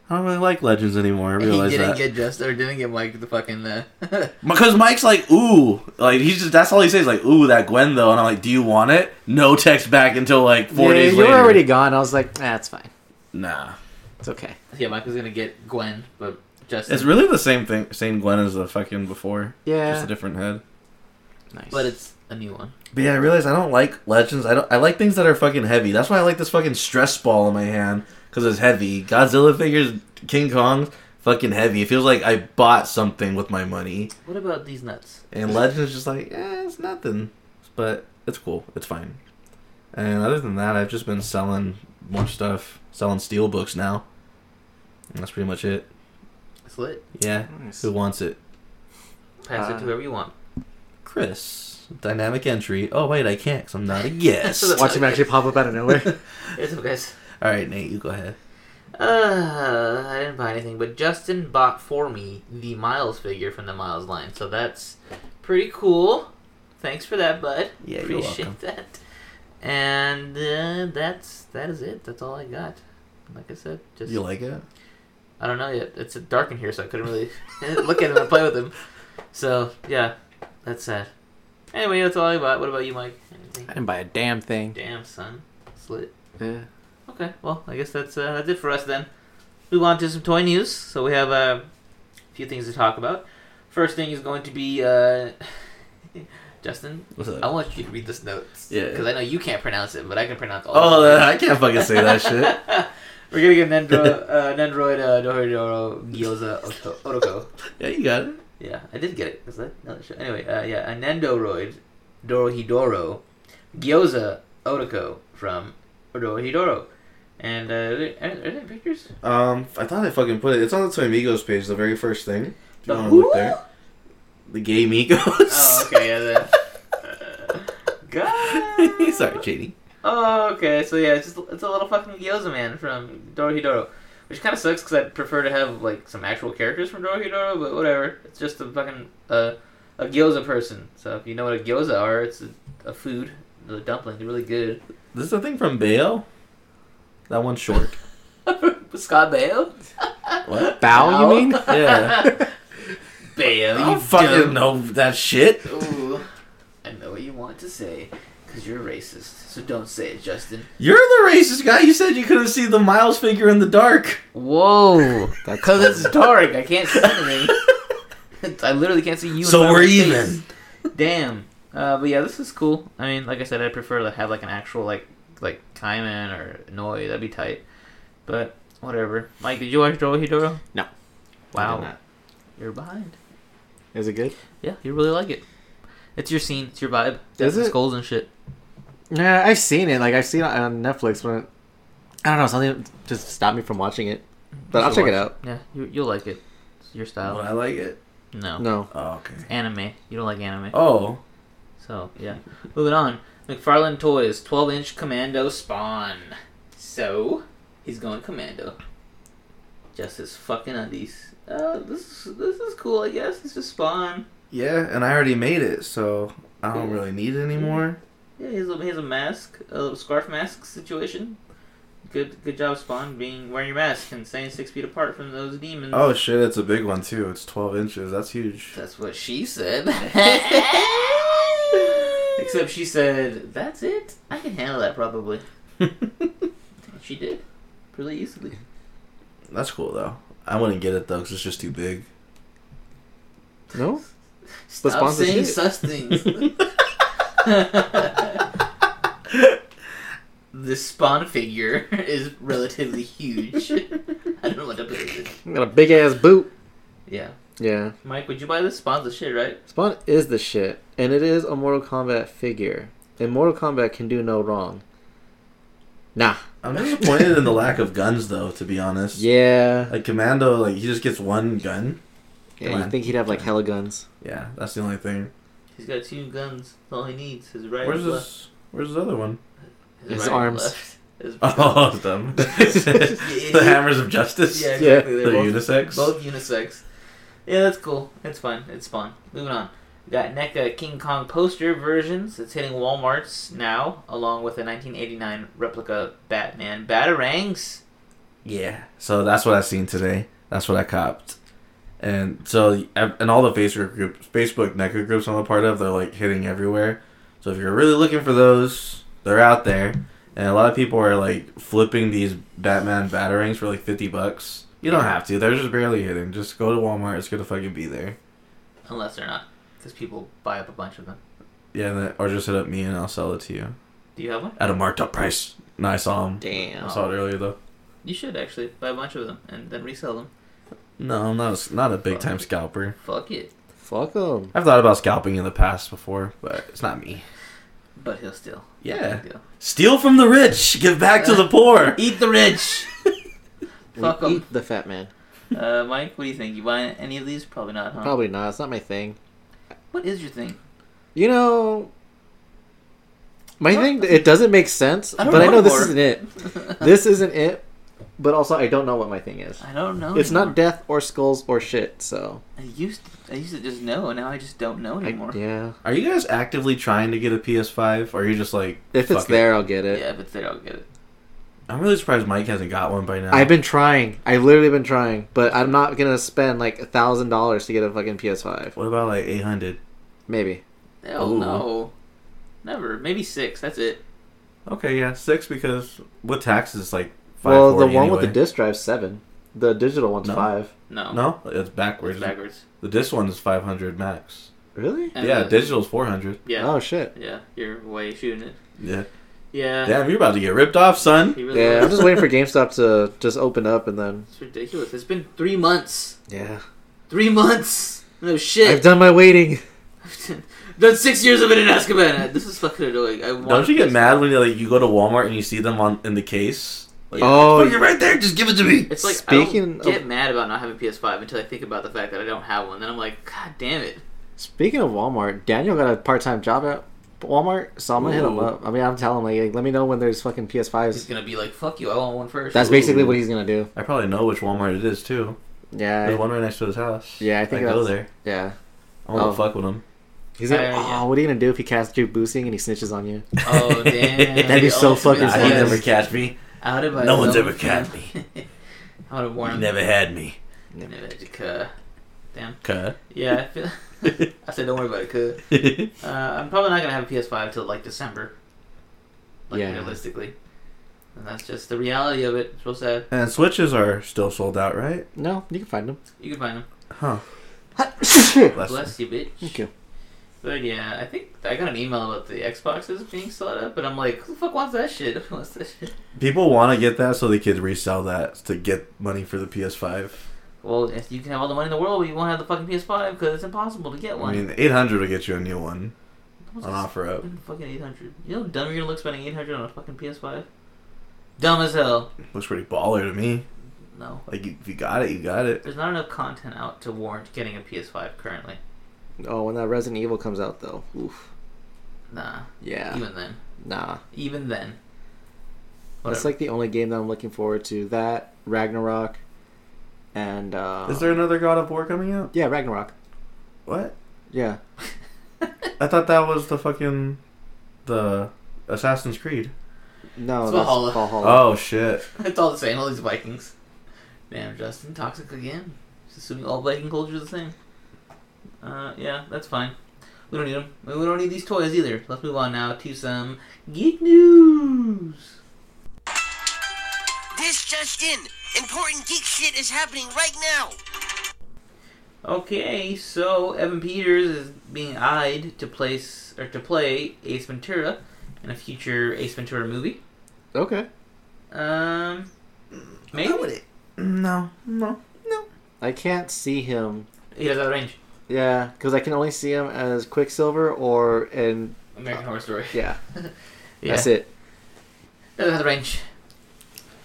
S3: I don't really like Legends anymore. I
S1: He
S3: realize
S1: didn't
S3: that.
S1: get just or didn't get Mike the fucking. Uh, [LAUGHS]
S3: because Mike's like, ooh, like he's just that's all he says, like, ooh, that Gwen though, and I'm like, do you want it? No text back until like four
S2: yeah,
S3: days
S2: you
S3: later.
S2: were already gone. I was like, nah, it's fine.
S3: Nah,
S2: It's okay.
S1: yeah, Mike was gonna get Gwen, but Justin.
S3: it's really the same thing, same Gwen as the fucking before, just
S2: Yeah.
S3: a different head.
S2: nice.
S1: but it's a new one.
S3: But yeah, I realize I don't like Legends. I don't. I like things that are fucking heavy. That's why I like this fucking stress ball in my hand because it's heavy. Godzilla figures, King Kong, fucking heavy. It feels like I bought something with my money.
S1: What about these nuts?
S3: And Legend's just like, eh, it's nothing. But it's cool. It's fine. And other than that, I've just been selling more stuff, selling steel books now. And that's pretty much it.
S1: It's lit.
S3: Yeah.
S2: Nice.
S3: Who wants it?
S1: Pass it
S2: Uh,
S1: to whoever you want.
S3: Chris. Dynamic entry. Oh, wait, I can't 'cause I'm not a
S2: [LAUGHS]
S3: guest.
S2: Watch him actually pop up out of nowhere.
S1: It's okay, guys.
S3: [LAUGHS] All right, Nate, you go ahead.
S1: Uh, I didn't buy anything, but Justin bought for me the Miles figure from the Miles line, so that's pretty cool. Thanks for that, bud.
S3: Yeah, you're
S1: appreciate
S3: welcome.
S1: that. And uh, that's that is it. That's all I got. Like I said, just
S3: You like it?
S1: I don't know yet. It's dark in here, so I couldn't really [LAUGHS] look at him [LAUGHS] and play with him. So yeah, that's sad. Anyway, that's all I bought. What about you, Mike? Anything?
S2: I didn't buy a damn thing.
S1: Damn son, slit.
S2: Yeah.
S1: Okay, well, I guess that's uh, that's it for us then. Move on to some toy news. So we have uh, a few things to talk about. First thing is going to be uh, [LAUGHS] Justin.
S3: What's
S1: I
S3: up?
S1: want you to read this notes.
S3: Yeah.
S1: Because I know you can't pronounce it, but I can pronounce all.
S3: Oh,
S1: of it.
S3: that- I can't fucking say that shit.
S1: [LAUGHS] We're gonna get Nendro,
S3: [LAUGHS]
S1: uh, Nendroid uh, Dohidoro Gyoza Oto- Oroko.
S3: Yeah, you got it.
S1: Yeah, I did get it. Is that another show? Anyway, uh, yeah, a Nendoroid, Dorohedoro, Gyoza Otoko from Doro And uh, are there are there pictures?
S3: Um, I thought I fucking put it. It's on the Toy Migos page, the very first thing. If
S1: The
S3: you want to
S1: who?
S3: look there. The gay Migos.
S1: Oh, okay. Yeah, the, uh, God.
S3: [LAUGHS] Sorry, JD.
S1: Oh, okay. So yeah, it's just it's a little fucking Gyoza Man from Dorohedoro, which kind of sucks because I'd prefer to have like some actual characters from Dorohedoro, but whatever. It's just a fucking uh, a gyoza person. So if you know what a gyoza are, it's a, a food, the dumpling. They're really good. [LAUGHS]
S3: This is the thing from Bayo. That one's short.
S1: Scott Baio.
S3: what?
S2: Bow, you [LAUGHS] mean?
S3: Yeah.
S1: [LAUGHS] Baio.
S3: I
S1: you
S3: don't fucking
S1: dumb-
S3: know that shit.
S1: Ooh, I know what you want to say, because you're racist. So don't say it, Justin.
S3: You're the racist guy. You said you couldn't see the Miles figure in the dark.
S1: Whoa.
S2: That's
S1: Because it's dark. I can't see anything. I literally can't see you. in
S3: So
S1: my
S3: we're
S1: face.
S3: even.
S1: Damn. Uh, but yeah, this is cool. I mean, like I said, I prefer to have like an actual like like Kaiman or Noi. That'd be tight. But whatever. Mike, did you watch Dorohedoro?
S2: No.
S1: Wow. You're behind.
S2: Is it good?
S1: Yeah, you really like it. It's your scene. It's your vibe.
S2: Is
S1: Death and
S2: it?
S1: Skulls and shit.
S2: Nah, I've seen it. Like I've seen it on Netflix, but I don't know. Something just stopped me from watching it. But I'll
S1: You should
S2: check it
S1: watch
S2: out.
S1: Yeah, you, you'll like it. It's your style.
S3: Well, I like it.
S1: No.
S2: No.
S3: Oh, okay.
S1: Anime. You don't like anime.
S3: Oh.
S1: So yeah, moving on. McFarlane Toys, 12-inch Commando Spawn. So he's going Commando. Just his fucking undies. Uh, this is this is cool, I guess. It's just Spawn.
S3: Yeah, and I already made it, so I don't really need it anymore.
S1: Yeah, he has a, he has a mask, a little scarf mask situation. Good good job, Spawn, being wearing your mask and staying six feet apart from those demons.
S3: Oh shit, it's a big one too. It's 12 inches. That's huge.
S1: That's what she said. Except she said, "That's it. I can handle that probably." And she did, really easily.
S3: That's cool though. I wouldn't get it though, 'cause it's just too big.
S2: No.
S1: Stop
S2: Spawns is
S1: saying
S2: hit.
S1: such things. the spawn figure is relatively huge. I don't know what to put with it.
S2: Got a big ass boot.
S1: Yeah,
S2: Yeah.
S1: Mike, would you buy this? Spawn's the shit, right?
S2: Spawn is the shit, and it is a Mortal Kombat figure. And Mortal Kombat can do no wrong. Nah.
S3: I'm disappointed in the lack of guns though, to be honest.
S2: Yeah.
S3: Like Commando, like he just gets one gun.
S2: Yeah.
S3: Come
S2: You
S3: on.
S2: think he'd have like hella guns?
S3: Yeah, that's the only thing.
S1: He's got two guns. That's all he needs. His right.
S3: Where's
S1: and left.
S3: this? Where's his other one? [LAUGHS]
S1: His,
S2: His
S1: right and
S2: arms.
S1: left. His-
S3: Oh,
S1: [LAUGHS]
S3: them. [LAUGHS] the hammers of justice.
S1: Yeah,
S3: [LAUGHS]
S1: exactly.
S3: They're
S1: They're both
S3: unisex.
S1: Both unisex. Yeah, that's cool. It's fun. It's fun. Moving on. We got NECA King Kong poster versions. It's hitting Walmarts now, along with a 1989 replica Batman Batarangs.
S3: Yeah. So that's what I seen today. That's what I copped. And so, and all the Facebook groups, Facebook NECA groups I'm a part of, they're like hitting everywhere. So if you're really looking for those, they're out there. And a lot of people are like flipping these Batman batarangs for like 50 bucks. You don't have to. They're just barely hitting. Just go to Walmart. It's gonna fucking be there.
S1: Unless they're not, because people buy up a bunch of them.
S3: Yeah, and then- or just hit up me and I'll sell it to you
S1: Do you have one?
S3: at a marked up price. No, I saw them. I
S2: Damn.
S3: saw it earlier though.
S1: You should actually buy a bunch of them and then resell them.
S3: No, I'm not. A, not a big time scalper.
S1: Fuck it.
S2: Fuck 'em.
S3: I've thought about scalping in the past before, but it's not me.
S1: But he'll steal.
S3: Yeah.
S1: He'll steal.
S3: Steal from the rich, give
S2: [LAUGHS]
S3: back to the poor.
S1: [LAUGHS] Eat the
S3: [LAUGHS]
S1: rich.
S2: We
S1: Fuck 'em.
S2: Eat the fat man.
S1: uh, Mike, what do you think? You buying any of these? Probably not, huh?
S2: Probably not. It's not my thing.
S1: What is your thing?
S2: You know, my
S1: What?
S2: thing it doesn't make sense,
S1: I don't
S2: but I
S1: know
S2: know this
S1: more. [LAUGHS]
S2: isn't it. This isn't it. But also, I don't know what my thing is.
S1: I don't know.
S2: It's
S1: anymore.
S2: not death or skulls or shit. So
S1: I used to, I used to just know, and now I just don't know
S2: I-
S1: anymore. yeah.
S2: yeah,
S3: Are you guys actively trying to get a PS5, or are you just like,
S2: if it's
S3: fuck it?
S2: there, I'll get it.
S1: if it's there, I'll get it.
S3: I'm really surprised Mike hasn't got one by now.
S2: I've been trying. I've literally been trying, but I'm not gonna spend like a thousand dollars to get a fucking PS5.
S3: What about like 800?
S2: Maybe.
S1: Hell
S3: Ooh.
S1: no, never. Maybe six. That's it.
S3: Okay, yeah, six because what taxes is like five.
S2: Well, the one with the disc drive's seven. The digital one's
S3: No.
S2: five.
S1: No,
S3: No, it's
S1: it's
S3: backwards.
S1: backwards.
S3: The disc one is 500 max.
S2: Really?
S1: And
S3: yeah,
S1: the-
S3: digital's 400.
S1: Yeah,
S2: Oh shit.
S1: yeah. You're way shooting it.
S3: Yeah.
S1: Yeah,
S3: Damn, you're about to get ripped off, son.
S1: he really
S2: Yeah,
S1: was.
S2: I'm just waiting for GameStop to just open up and then
S1: It's [LAUGHS] ridiculous. It's been three months.
S2: yeah.
S1: Three months. No shit.
S2: I've done my waiting.
S1: [LAUGHS] Done six years of it in Azkaban. This is fucking annoying. I want
S3: Don't you get
S1: this.
S3: mad when you like you go to Walmart and you see them on in the case? Like,
S2: Oh.
S3: "Oh, you're right there. Just give it to me.
S1: It's like I
S2: Speaking
S1: don't
S2: of-
S1: get mad about not having PS5 until I think about the fact that I don't have one. Then I'm like, God damn it!
S2: Speaking of Walmart, Daniel got a part time job at Walmart, so I'm gonna hit him
S3: Ooh.
S2: up. I mean, I'm telling him like, let me know when there's fucking
S1: He's
S2: PS5s.
S1: gonna be like, fuck you. I want one first.
S2: That's basically what he's gonna do.
S3: I probably know which Walmart it is too. There's
S2: Yeah, I-
S3: one right next to his house.
S2: Yeah, I think
S3: I go
S2: that's-
S3: there.
S2: yeah.
S3: I want to
S2: Oh.
S3: fuck with him.
S2: He's gonna,
S1: Uh,
S2: oh,
S1: yeah.
S2: what are you gonna do if he casts Drew Boosting and he snitches on you?
S3: [LAUGHS]
S1: Oh damn!
S2: That'd be
S1: The
S2: so
S1: ultimate
S2: fucking
S3: Nah,
S1: test.
S3: he
S2: Yes.
S3: never catch me.
S1: Out of my
S3: No one's
S1: zone.
S3: ever caught me.
S1: [LAUGHS] I would have
S3: He
S1: warned him.
S3: never had me.
S1: Never had to cuh.
S3: [LAUGHS] Cut.
S1: Yeah, I, feel,
S3: [LAUGHS]
S1: I said don't worry about it. Cuh. Uh, I'm probably not gonna have a PS5 till like December. Like
S2: Yeah.
S1: realistically, and that's just the reality of it. It's real sad.
S3: and switches are still sold out, right?
S2: No, you can find him.
S1: You can find them.
S3: Huh.
S2: [LAUGHS] Thank
S3: Bless
S1: Bless you, bitch.
S2: you.
S1: But yeah, I think I got an email about the Xboxes being sold out, but I'm like, who the fuck wants that shit? [LAUGHS] Who wants that shit?
S3: People want to get that so they could resell that to get money for the PS5.
S1: Well, if you can have all the money in the world, but you won't have the fucking PS5 because it's impossible to get
S3: I
S1: one.
S3: mean, 800 will get you a new one
S1: What's
S3: on
S1: this
S3: offer up.
S1: Fucking 800. You know how dumb you're gonna look spending 800 on a fucking PS5? Dumb as hell.
S3: Looks pretty baller to me.
S1: No.
S3: Like, you- if you got it, you got it.
S1: There's not enough content out to warrant getting a PS5 currently.
S2: Oh, when that Resident Evil comes out though, oof.
S1: Nah.
S2: Yeah,
S1: Even then.
S2: nah.
S1: Even then.
S2: That's like the only game that I'm looking forward to. That Ragnarok, and uh,
S3: Is there another God of War coming out?
S2: Yeah, Ragnarok.
S3: What?
S2: Yeah,
S3: I thought that was the fucking. the. Assassin's Creed.
S2: no,
S1: It's
S2: that's
S1: Valhalla.
S2: Valhalla.
S3: Oh, shit.
S1: [LAUGHS] It's all the same, all these Vikings. Damn, Justin, toxic again. Just assuming all Viking culture is the same. Uh, yeah, that's fine. We don't need them. We don't need these toys either. Let's move on now to some geek news.
S4: This just in. Important geek shit is happening right now.
S1: Okay, so Evan Peters is being eyed to place or to play Ace Ventura in a future Ace Ventura movie.
S3: Oh.
S2: Okay,
S1: Um, maybe
S3: No, no, no.
S2: I can't see him.
S1: he does have the range.
S2: Yeah, because I can only see him as Quicksilver or in
S1: American Horror Story.
S2: yeah.
S1: Yeah,
S2: That's it.
S1: doesn't have the range.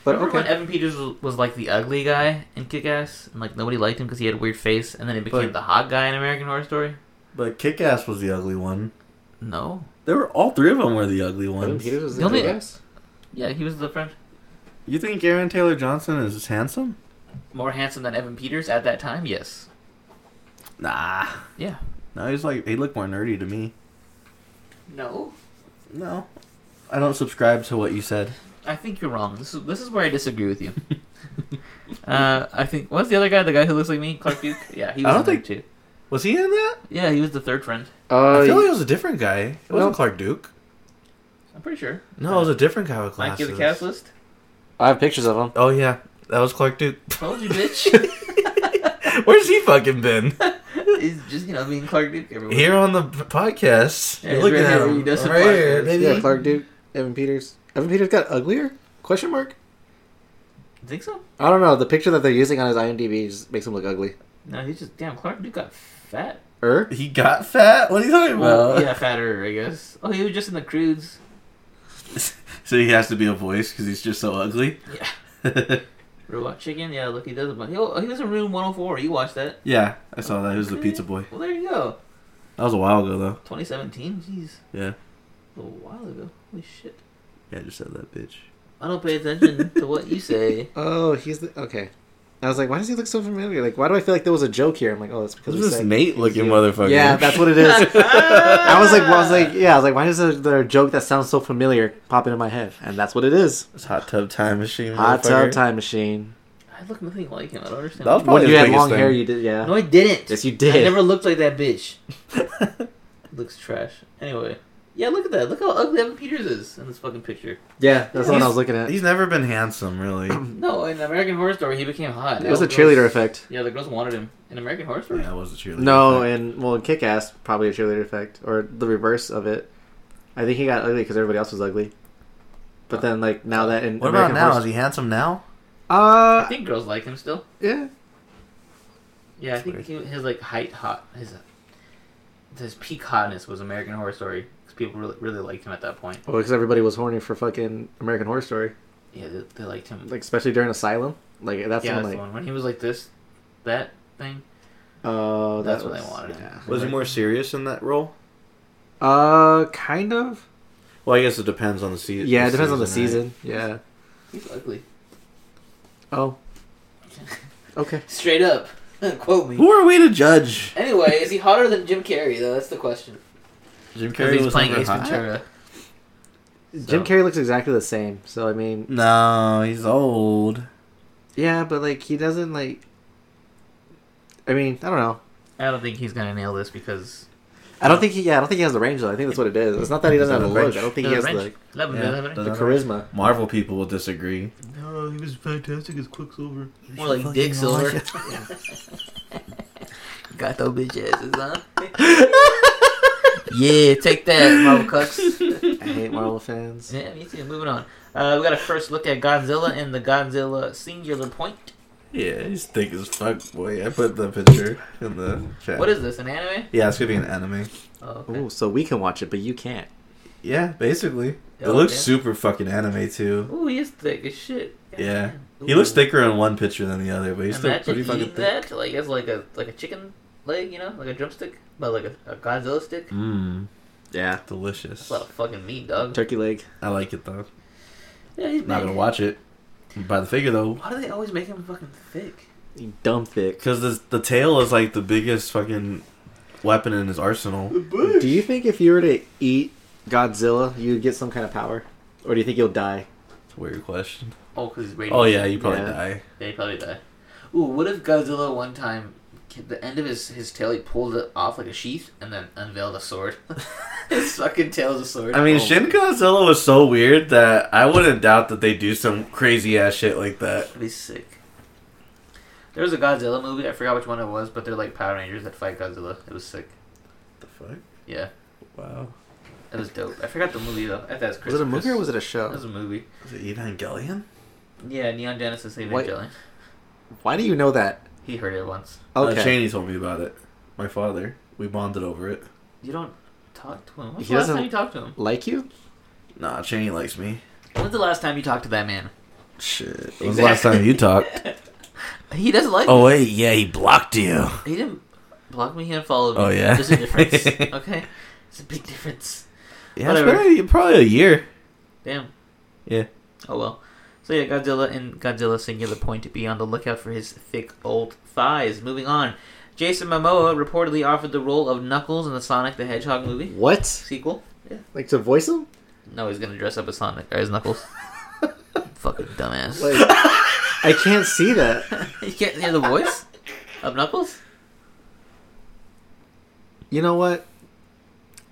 S2: But
S1: Remember when
S2: okay,
S1: Evan Peters was, was like the ugly guy in Kick Ass, and like nobody liked him because he had a weird face, and then he became
S3: But-
S1: the hot guy in American Horror Story?
S3: But Kick Ass was the ugly one.
S1: No.
S3: They were all three of them were the ugly
S2: Evan
S3: ones.
S2: Peters was
S1: The
S2: the
S1: only-
S2: guess.
S1: Yeah, he was the friend.
S3: You think Aaron Taylor Johnson is handsome?
S1: More handsome than Evan Peters at that time, yes.
S3: Nah.
S1: Yeah.
S3: No, he's like he looked more nerdy to me.
S1: No.
S3: No, I don't subscribe to what you said.
S1: I think you're wrong. This is this is where I disagree with you. [LAUGHS] uh, I think what's the other guy? The guy who looks like me, Clark
S3: [LAUGHS]
S1: Duke. Yeah, he was
S3: I don't
S1: in there
S3: think-
S1: too.
S3: Was he in that?
S1: Yeah, he was the third friend.
S2: Oh,
S3: I feel like
S2: yeah.
S3: it was a different guy. It
S2: No.
S3: wasn't Clark Duke.
S1: I'm pretty sure.
S3: No, it was a different guy with
S1: Mike,
S3: glasses.
S1: you the cast list.
S2: I have pictures of him.
S3: Oh yeah, that was Clark Duke.
S1: Told you,
S3: [LAUGHS]
S1: bitch.
S3: Where's he fucking been?
S1: He's just you know being Clark Duke everywhere.
S3: Here on the p- podcast.
S1: Yeah,
S3: You're
S1: he's
S3: looking
S1: right
S3: at
S1: here.
S3: him.
S1: He does some
S3: right here,
S1: podcasts.
S3: baby.
S2: Yeah, Clark Duke, Evan Peters. Evan Peters got uglier? Question mark.
S1: Think so?
S2: I don't know. The picture that they're using on his IMDb just makes him look ugly.
S1: No, he's just damn Clark Duke got fat.
S2: Er,
S3: He got fat. What are you talking
S1: Well,
S3: about?
S1: yeah, fatter, I guess. Oh, he was just in the crudes.
S3: [LAUGHS] So he has to be a voice because he's just so ugly. [LAUGHS]
S1: Yeah.
S3: Yeah,
S1: Robot Chicken. Yeah, look, he does a bunch. He, oh, he was in Room 104. You watched that?
S3: I saw that. He was the
S1: Okay.
S3: pizza boy.
S1: Well, there you go.
S3: That was a while ago though.
S1: 2017. Jeez.
S3: Yeah.
S1: A little while ago. Holy shit.
S3: Yeah, I just said that bitch.
S1: I don't pay attention to what you [LAUGHS] say.
S2: oh, he's the okay. I was like, why does he look so familiar? Like, why do I feel like there was a joke here? I'm like, oh, that's because
S3: Who's
S2: we
S3: this
S2: said-
S3: Nate looking
S2: you.
S3: motherfucker?
S2: Yeah, that's what it [LAUGHS] is. I was like, well, I was like, yeah, I was like, why is there, there a joke that sounds so familiar popping in my head? And that's what it is.
S3: It's hot tub time machine.
S2: Hot
S3: motherfucker.
S2: tub time machine.
S1: I look nothing like him. I don't understand.
S3: That was
S1: why.
S3: Probably
S2: when you
S3: his
S2: had
S3: biggest
S2: long
S3: thing.
S2: hair, you did, yeah.
S1: no, I didn't.
S2: yes, you
S1: I
S2: did.
S1: never looked like that [LAUGHS] bitch. Looks trash. Anyway. Yeah, look at that. Look how ugly Evan Peters is in this fucking picture.
S2: Yeah, that's the one I was looking at.
S3: He's never been
S2: [CLEARS THROAT]
S3: handsome, really.
S1: No, in American Horror Story, he became hot.
S2: It was
S1: All
S2: a
S1: the
S2: cheerleader
S1: girls-
S2: effect.
S1: Yeah, the girls wanted him. In American Horror Story?
S3: yeah, I was a cheerleader.
S2: No, and well, Kick Ass probably a cheerleader effect or the reverse of it. I think he got ugly because everybody else was ugly. But then, like now that in
S3: what about now?
S2: Horror-
S3: Is he handsome now?
S1: I
S2: uh,
S1: think girls like him still.
S2: yeah,
S1: Yeah, I think
S3: That's
S1: he, his like height hot. His his peak hotness was American Horror Story because people really really liked him at that point.
S2: Well, because everybody was horny for fucking American Horror Story,
S1: Yeah, they, they liked him.
S2: like especially during Asylum. Like that's
S1: yeah,
S2: when
S1: that's
S2: like
S1: the one when he was like this, that thing.
S2: oh, that
S1: That's what
S2: was-
S1: they wanted.
S2: Yeah.
S3: Was he more serious in that role?
S2: Uh, kind of.
S3: Well, I guess it depends on the season.
S2: Yeah, it depends on the
S3: right?
S2: season. Yeah.
S1: He's ugly. [LAUGHS]
S2: Oh. Okay.
S1: Straight up, [LAUGHS] quote me.
S3: Who are we to judge?
S1: Anyway, is he hotter than Jim Carrey though? That's the question.
S3: Jim
S1: Because he's playing
S3: never
S1: Ace
S3: hot.
S1: Ventura.
S2: Jim
S1: So-
S2: Carrey looks exactly the same. So I mean,
S3: No, he's old.
S2: yeah, but like he doesn't like. I mean, I don't know.
S1: I don't think he's gonna nail this because
S2: I don't think he. Yeah, I don't think he has the range though. I think that's what it is. It's not that he doesn't have the
S3: Doesn't
S2: look.
S3: have the
S2: I don't think he
S1: Doesn't
S2: has
S1: range.
S2: the,
S1: Eleven,
S3: Yeah,
S1: eleven.
S2: the
S3: doesn't-
S2: charisma.
S3: Marvel people will disagree.
S1: No, he was fantastic as Quicksilver. More like Dick Silver. [LAUGHS] Got those bitch asses, huh? [LAUGHS] yeah, take that, Marvel cucks.
S2: I hate Marvel fans.
S1: yeah, me too. Moving on. Uh, we got to first look at Godzilla and the Godzilla Singular Point.
S3: Yeah, he's thick as fuck, boy. I put the picture in the chat.
S1: What is this? An anime?
S3: Yeah, it's gonna be an anime.
S1: Oh, okay.
S2: Ooh, so we can watch it, but you can't.
S3: Yeah, basically. It
S1: Oh,
S3: looks
S1: yeah.
S3: super fucking anime too.
S1: Ooh, he is thick as shit.
S3: Yeah.
S1: Goddamn.
S3: He looks thicker in one picture than the other, but he's still
S1: Imagine
S3: pretty fucking
S1: eating
S3: thick.
S1: that like as like a like a chicken leg, you know, like a drumstick, but like a, a Godzilla stick.
S3: Mmm,
S2: Yeah.
S3: delicious.
S1: That's a lot of fucking meat, dog.
S2: Turkey leg.
S3: I like it though.
S1: Yeah, he's
S3: Not
S1: big.
S3: gonna watch it. By the figure though,
S1: Why do they always make him fucking thick?
S2: You dumb thick.
S3: because the the tail is like the biggest fucking weapon in his arsenal.
S2: Do you think if you were to eat Godzilla, you'd get some kind of power, or do you think you'll die?
S3: It's a weird question.
S1: Oh, because he's radiant.
S3: Oh yeah, you probably
S2: Yeah.
S3: die.
S1: Yeah, he probably died. Ooh, what if Godzilla one time, the end of his, his tail, he pulled it off like a sheath and then unveiled a sword? [LAUGHS] his fucking tail's a sword.
S3: I mean,
S1: Oh.
S3: Shin Godzilla was so weird that I wouldn't doubt that they do some crazy ass shit like that.
S1: That'd be sick. There was a Godzilla movie, I forgot which one it was, but they're like Power Rangers that fight Godzilla. It was sick.
S3: The fuck?
S1: Yeah,
S3: Wow.
S1: it was dope. I forgot the movie though. I thought it was, Chris,
S2: Was it a movie or was it a
S1: It
S2: show?
S1: was a movie.
S3: Was it Evangelion?
S1: Yeah, Neon Genesis
S2: What?
S1: Evangelion.
S2: Why do you know that?
S1: He heard it once.
S3: Okay.
S2: Okay.
S3: Uh, Cheney told me about it. My father. We bonded over it.
S1: You don't talk to him. When's
S2: He
S1: the last
S2: doesn't-
S1: time you talked to him?
S2: like you?
S3: Nah, Cheney likes me.
S1: When's the last time you talked to that man?
S3: Shit. When was the last time you talked?
S1: He doesn't like
S3: [LAUGHS] Oh wait, yeah, he blocked you.
S1: He didn't block me. He unfollowed me.
S3: Oh, yeah?
S1: there's a
S2: [LAUGHS]
S1: difference. okay, it's a big difference.
S3: Yeah,
S1: Whatever.
S3: it's been a- probably a year.
S1: Damn.
S3: Yeah.
S1: Oh well. So yeah, Godzilla and Godzilla Singular Point to be on the lookout for his thick old thighs. Moving on, Jason Momoa reportedly offered the role of Knuckles in the Sonic the Hedgehog movie
S2: What?
S1: sequel.
S2: Like to voice him?
S1: No, he's gonna dress up as Sonic or as Knuckles.
S3: [LAUGHS]
S1: Fucking dumbass.
S2: [LAUGHS] Like I can't see that.
S1: [LAUGHS] You can't hear the voice of Knuckles.
S2: You know what?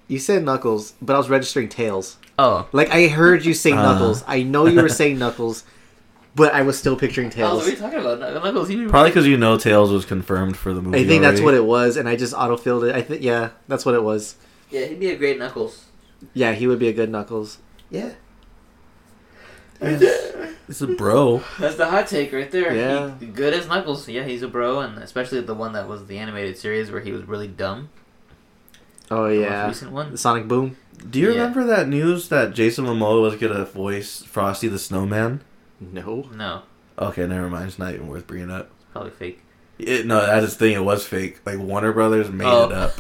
S2: You said Knuckles, but I was registering Tails.
S1: Oh,
S2: Like I heard you say
S3: Uh.
S2: Knuckles. I know you were saying Knuckles, but I was still picturing
S1: oh, what
S2: Tails.
S1: are you talking about? Knuckles. He
S3: Probably because you know Tails was confirmed for the movie.
S2: I think that's what
S3: already.
S2: it was, and I just autofilled it. I think yeah, that's what it was.
S1: yeah, he'd be a great Knuckles.
S2: Yeah, he would be a good Knuckles. Yeah. Oh,
S3: It's a bro.
S1: That's the hot take right there.
S2: Yeah.
S1: He- good as Knuckles. Yeah, he's a bro, and especially the one that was the animated series where he was really dumb.
S2: Oh
S1: The most
S2: yeah.
S1: recent one.
S2: Sonic Boom.
S3: Do you
S1: Yeah.
S3: remember that news that Jason Momoa was gonna voice Frosty the Snowman?
S2: No.
S1: No,
S3: Okay, never mind. It's not even worth bringing up.
S1: it's probably fake.
S3: It, no, that's the thing. It was fake. Like Warner Brothers made
S1: Oh. [LAUGHS]
S3: it up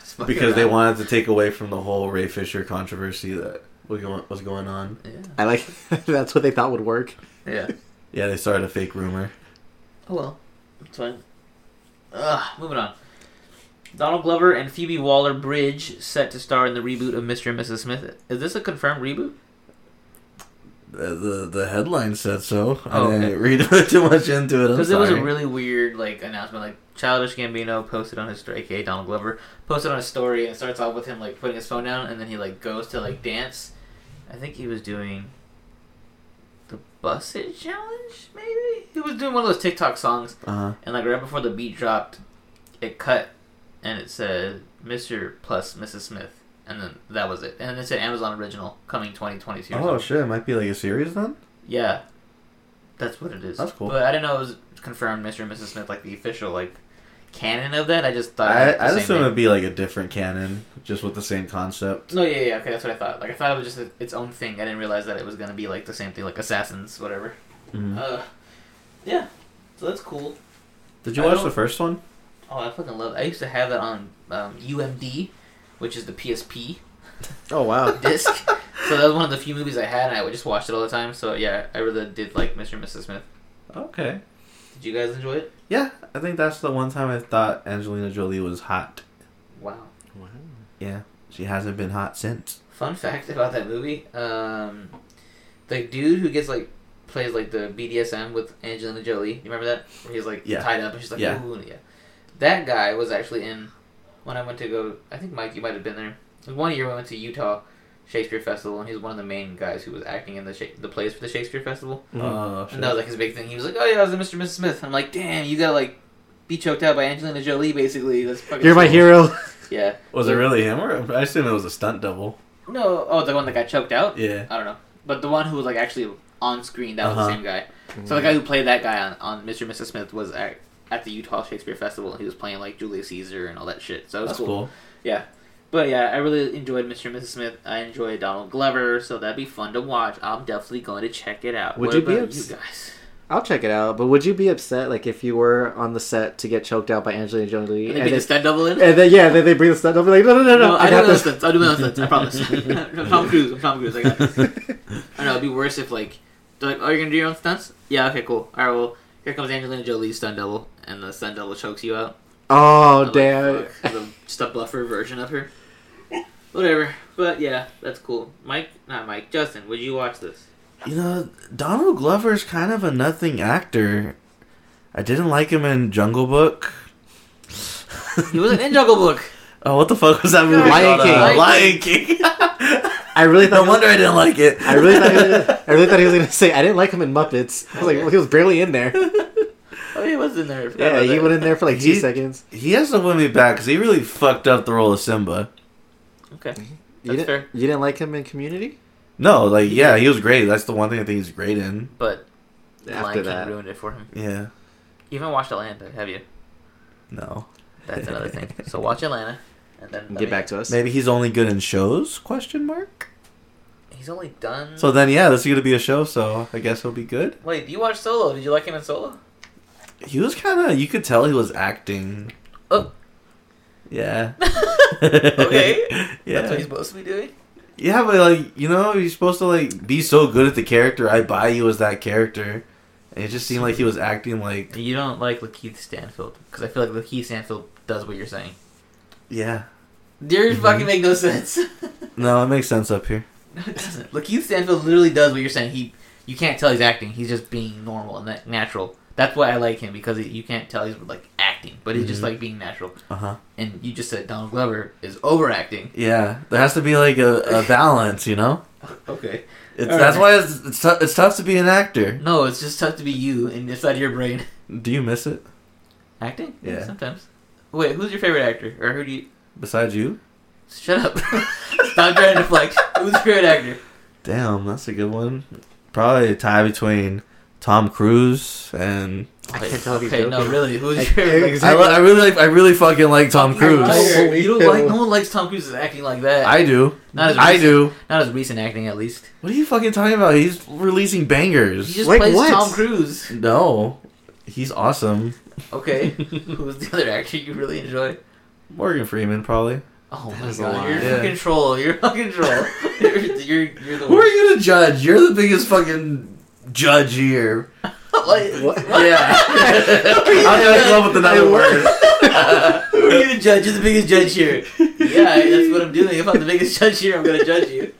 S1: It's fucking
S3: because they
S1: dumb.
S3: wanted to take away from the whole Ray Fisher controversy that was going, was going on.
S1: Yeah.
S2: I like [LAUGHS] that's what they thought would work.
S1: Yeah.
S3: Yeah, they started a fake rumor.
S1: Oh well, it's fine. Ugh, moving on. Donald Glover and Phoebe Waller Bridge set to star in the reboot of Mr. and Mrs. Smith. Is this a confirmed reboot?
S3: The the, the headline said so.
S1: Oh,
S3: I didn't
S1: okay.
S3: read [LAUGHS] too much into it. I'm
S1: Because it was a
S3: sorry.
S1: really weird like announcement. Like Childish Gambino posted on his story, aka Donald Glover, posted on his story, and it starts off with him like putting his phone down, and then he like goes to like dance. I think he was doing the Busset Challenge, maybe. He was doing one of those TikTok songs,
S3: Uh-huh.
S1: and like right before the beat dropped, it cut, and it said Mr. plus Mrs. Smith, and then that was it. And it said Amazon Original coming 2022. or
S3: Oh
S1: something.
S3: shit! It might be like a series then.
S1: Yeah, that's what it is.
S3: That's cool.
S1: But I didn't know it was confirmed, Mr. and Mrs. Smith, like the official like canon of that. I just thought.
S3: I,
S1: it was the
S3: I'd
S1: same
S3: assume
S1: thing.
S3: it'd be like a different canon, just with the same concept.
S1: No, yeah, yeah, okay, that's what I thought. Like, I thought it was just its own thing. I didn't realize that it was gonna be like the same thing, like Assassins, whatever.
S3: Mhm.
S1: Uh, yeah, so that's cool.
S3: Did you
S1: I
S3: watch
S1: don't-
S3: the first one?
S1: Oh, I fucking love. I used to have that on um, UMD, which is the PSP
S2: Oh wow.
S1: disc. [LAUGHS] so that was one of the few movies I had, and I would just watched it all the time. So yeah, I really did like Mr. and Mrs. Smith.
S3: Okay.
S1: Did you guys enjoy it?
S3: Yeah, I think that's the one time I thought Angelina Jolie was hot.
S1: Wow.
S2: wow.
S3: Yeah, she hasn't been hot since.
S1: Fun fact about that movie: um, the dude who gets like plays like the BDSM with Angelina Jolie. You remember that? Where he's like
S3: Yeah.
S1: tied up and she's like,
S3: Yeah.
S1: "Ooh, yeah." That guy was actually in when I went to go. I think Mike, you might have been there. It was One year we went to Utah Shakespeare Festival, and he was one of the main guys who was acting in the Sha- the plays for the Shakespeare Festival.
S2: Mhm.
S3: Oh,
S1: And that was like his big thing. He was like, "Oh yeah, I was in Mr. and Mrs. Smith." I'm like, "Damn, you got like." Be choked out by Angelina Jolie, basically. That's fucking.
S2: You're my
S1: cool.
S2: hero.
S1: Yeah.
S3: Was it really him, or I assume it was a stunt double?
S1: No. Oh, the one that got choked out.
S3: Yeah.
S1: I don't know. But the one who was like actually on screen, that was the
S3: Uh-huh.
S1: same guy. So the guy who played that guy on, on Mr. and Mrs. Smith was at, at the Utah Shakespeare Festival. and He was playing like Julius Caesar and all that shit. So it was
S3: That's
S1: cool.
S3: cool.
S1: But yeah, I really enjoyed Mr. and Mrs. Smith. I enjoyed Donald Glover, so that'd be fun to watch. I'm definitely going to check it out.
S2: Would
S1: What
S2: you be
S1: about
S2: ups-
S1: you guys?
S2: I'll check it out. But would you be upset like if you were on the set to get choked out by Angelina Jolie
S1: And
S2: and,
S1: they did
S2: then,
S1: a stunt double in?
S2: and then yeah, then they bring the stunt up and like no no no no,
S1: I,
S2: got
S1: do
S2: this.
S1: those stunts. I do those stunts. I promise. [LAUGHS]
S2: [LAUGHS]
S1: I'm Tom Cruise. I'm Tom Cruise. I got this. I don't know. It'd be worse if like they're like, "Oh, you're gonna do your own stunts? Yeah, okay, cool. All right, well, here comes Angelina Jolie's stunt double, and the stunt double chokes you out.
S2: Oh
S1: I'm like,
S2: damn.
S1: fuck, the- just a bluffer version of her. Whatever. But yeah, that's cool. Mike, not Mike. Justin, would you watch this?
S3: [LAUGHS] You know, Donald Glover's kind of a nothing actor. I didn't like him in Jungle Book.
S1: He wasn't
S3: [LAUGHS]
S1: in [LAUGHS] Jungle Book.
S3: Oh, what the fuck was that movie?
S2: Lion
S3: called?
S2: King.
S3: Uh, Lion
S1: Lion
S2: [LAUGHS]
S3: King.
S2: I
S1: [LAUGHS]
S2: really
S3: no
S2: thought.
S3: wonder I didn't like it.
S2: I really thought. He
S3: [LAUGHS]
S2: was, I really thought he was gonna say I didn't like him in Muppets. I was like, well, he was barely in
S1: [LAUGHS]
S2: there.
S1: Oh, he was in there. I forgot
S2: Yeah,
S1: about
S2: he
S1: that.
S2: went in there for like two
S3: He-
S2: seconds.
S3: He has to win me back because he really fucked up the role of Simba.
S1: [LAUGHS] Okay.
S2: You
S1: That's
S2: didn't,
S1: fair.
S2: you didn't like him in Community?
S3: No, like yeah, he was great. That's the one thing I think he's great in.
S1: But Lion
S2: After
S1: King
S2: that,
S1: ruined it for him.
S3: Yeah.
S1: You haven't watched Atlanta, have you?
S3: No.
S1: That's another
S2: [LAUGHS]
S1: thing. So watch Atlanta, and then
S2: get back to us.
S3: Maybe he's only good in shows? Question mark.
S1: He's only done.
S3: So then, yeah, this is gonna be a show. So I guess he'll be good.
S1: Wait, you watched Solo? Did you like him in Solo?
S3: He was kind of. You could tell he was acting.
S1: Oh.
S3: Yeah.
S1: [LAUGHS] Okay.
S3: Yeah.
S1: That's what he's supposed to be doing.
S3: yeah, but like you know, you're supposed to like be so good at the character. I buy you as that character. And it just seemed like he was acting like
S1: You don't like Lakeith Stanfield because I feel like Lakeith Stanfield does what you're saying. Mm-hmm.
S3: yeah.
S1: Yours
S3: Mhm.
S1: fucking make no [LAUGHS] sense.
S3: No, it makes sense up here.
S1: no, it doesn't. Lakeith Stanfield literally does what you're saying. He, you can't tell he's acting. He's just being normal and that natural. That's why I like him because he, you can't tell he's like acting, but he's just
S3: Mhm.
S1: like being natural.
S3: Uh huh.
S1: And you just said Donald Glover is overacting.
S3: Yeah, there has to be like a, a balance, you know.
S1: Okay.
S3: It's,
S1: All
S3: that's
S1: right.
S3: why it's it's, tou- it's tough to be an actor.
S1: No, it's just tough to be you and it's out of your brain.
S3: Do you miss it
S1: Acting?
S3: Yeah.
S1: Sometimes. Wait, who's your favorite actor, or who do you?
S3: besides you?
S1: Shut up. [LAUGHS] Stop trying to flex. Who's your favorite actor?
S3: Damn, that's a good one. Probably a tie between Tom Cruise and
S2: I can't tell if he's
S1: Okay,
S2: joking.
S1: no, really. Who's
S2: I-
S1: your favorite?
S2: ex-
S1: actor?
S3: I, li- I really like I really fucking like Tom
S1: No,
S3: Cruise.
S2: Holy
S1: you don't like.
S2: hell.
S1: No one likes Tom Cruise's acting like that.
S3: I do.
S1: Not as
S3: I
S1: recent.
S3: do.
S1: Not his recent acting, at least.
S3: What are you fucking talking about? He's releasing
S1: He
S3: bangers.
S1: just
S2: Like
S1: plays
S2: what?
S1: Tom Cruise.
S3: No, he's awesome.
S2: [LAUGHS]
S1: Okay. Who's the other actor you really enjoy?
S3: Morgan Freeman probably.
S1: Oh
S2: That
S1: my
S2: is a
S1: god,
S2: lie.
S1: you're
S3: Yeah.
S1: in control. You're in control. [LAUGHS] you're, you're, you're the
S3: Who are
S1: worst.
S3: you to judge? You're the biggest fucking judge here.
S1: [LAUGHS] Like,
S2: What?
S1: [LAUGHS]
S3: Yeah. I'm gonna come up with another word.
S1: [LAUGHS] Who are you to judge? You're the biggest judge here. Yeah, that's what I'm doing. If I'm the biggest judge here, I'm gonna judge you.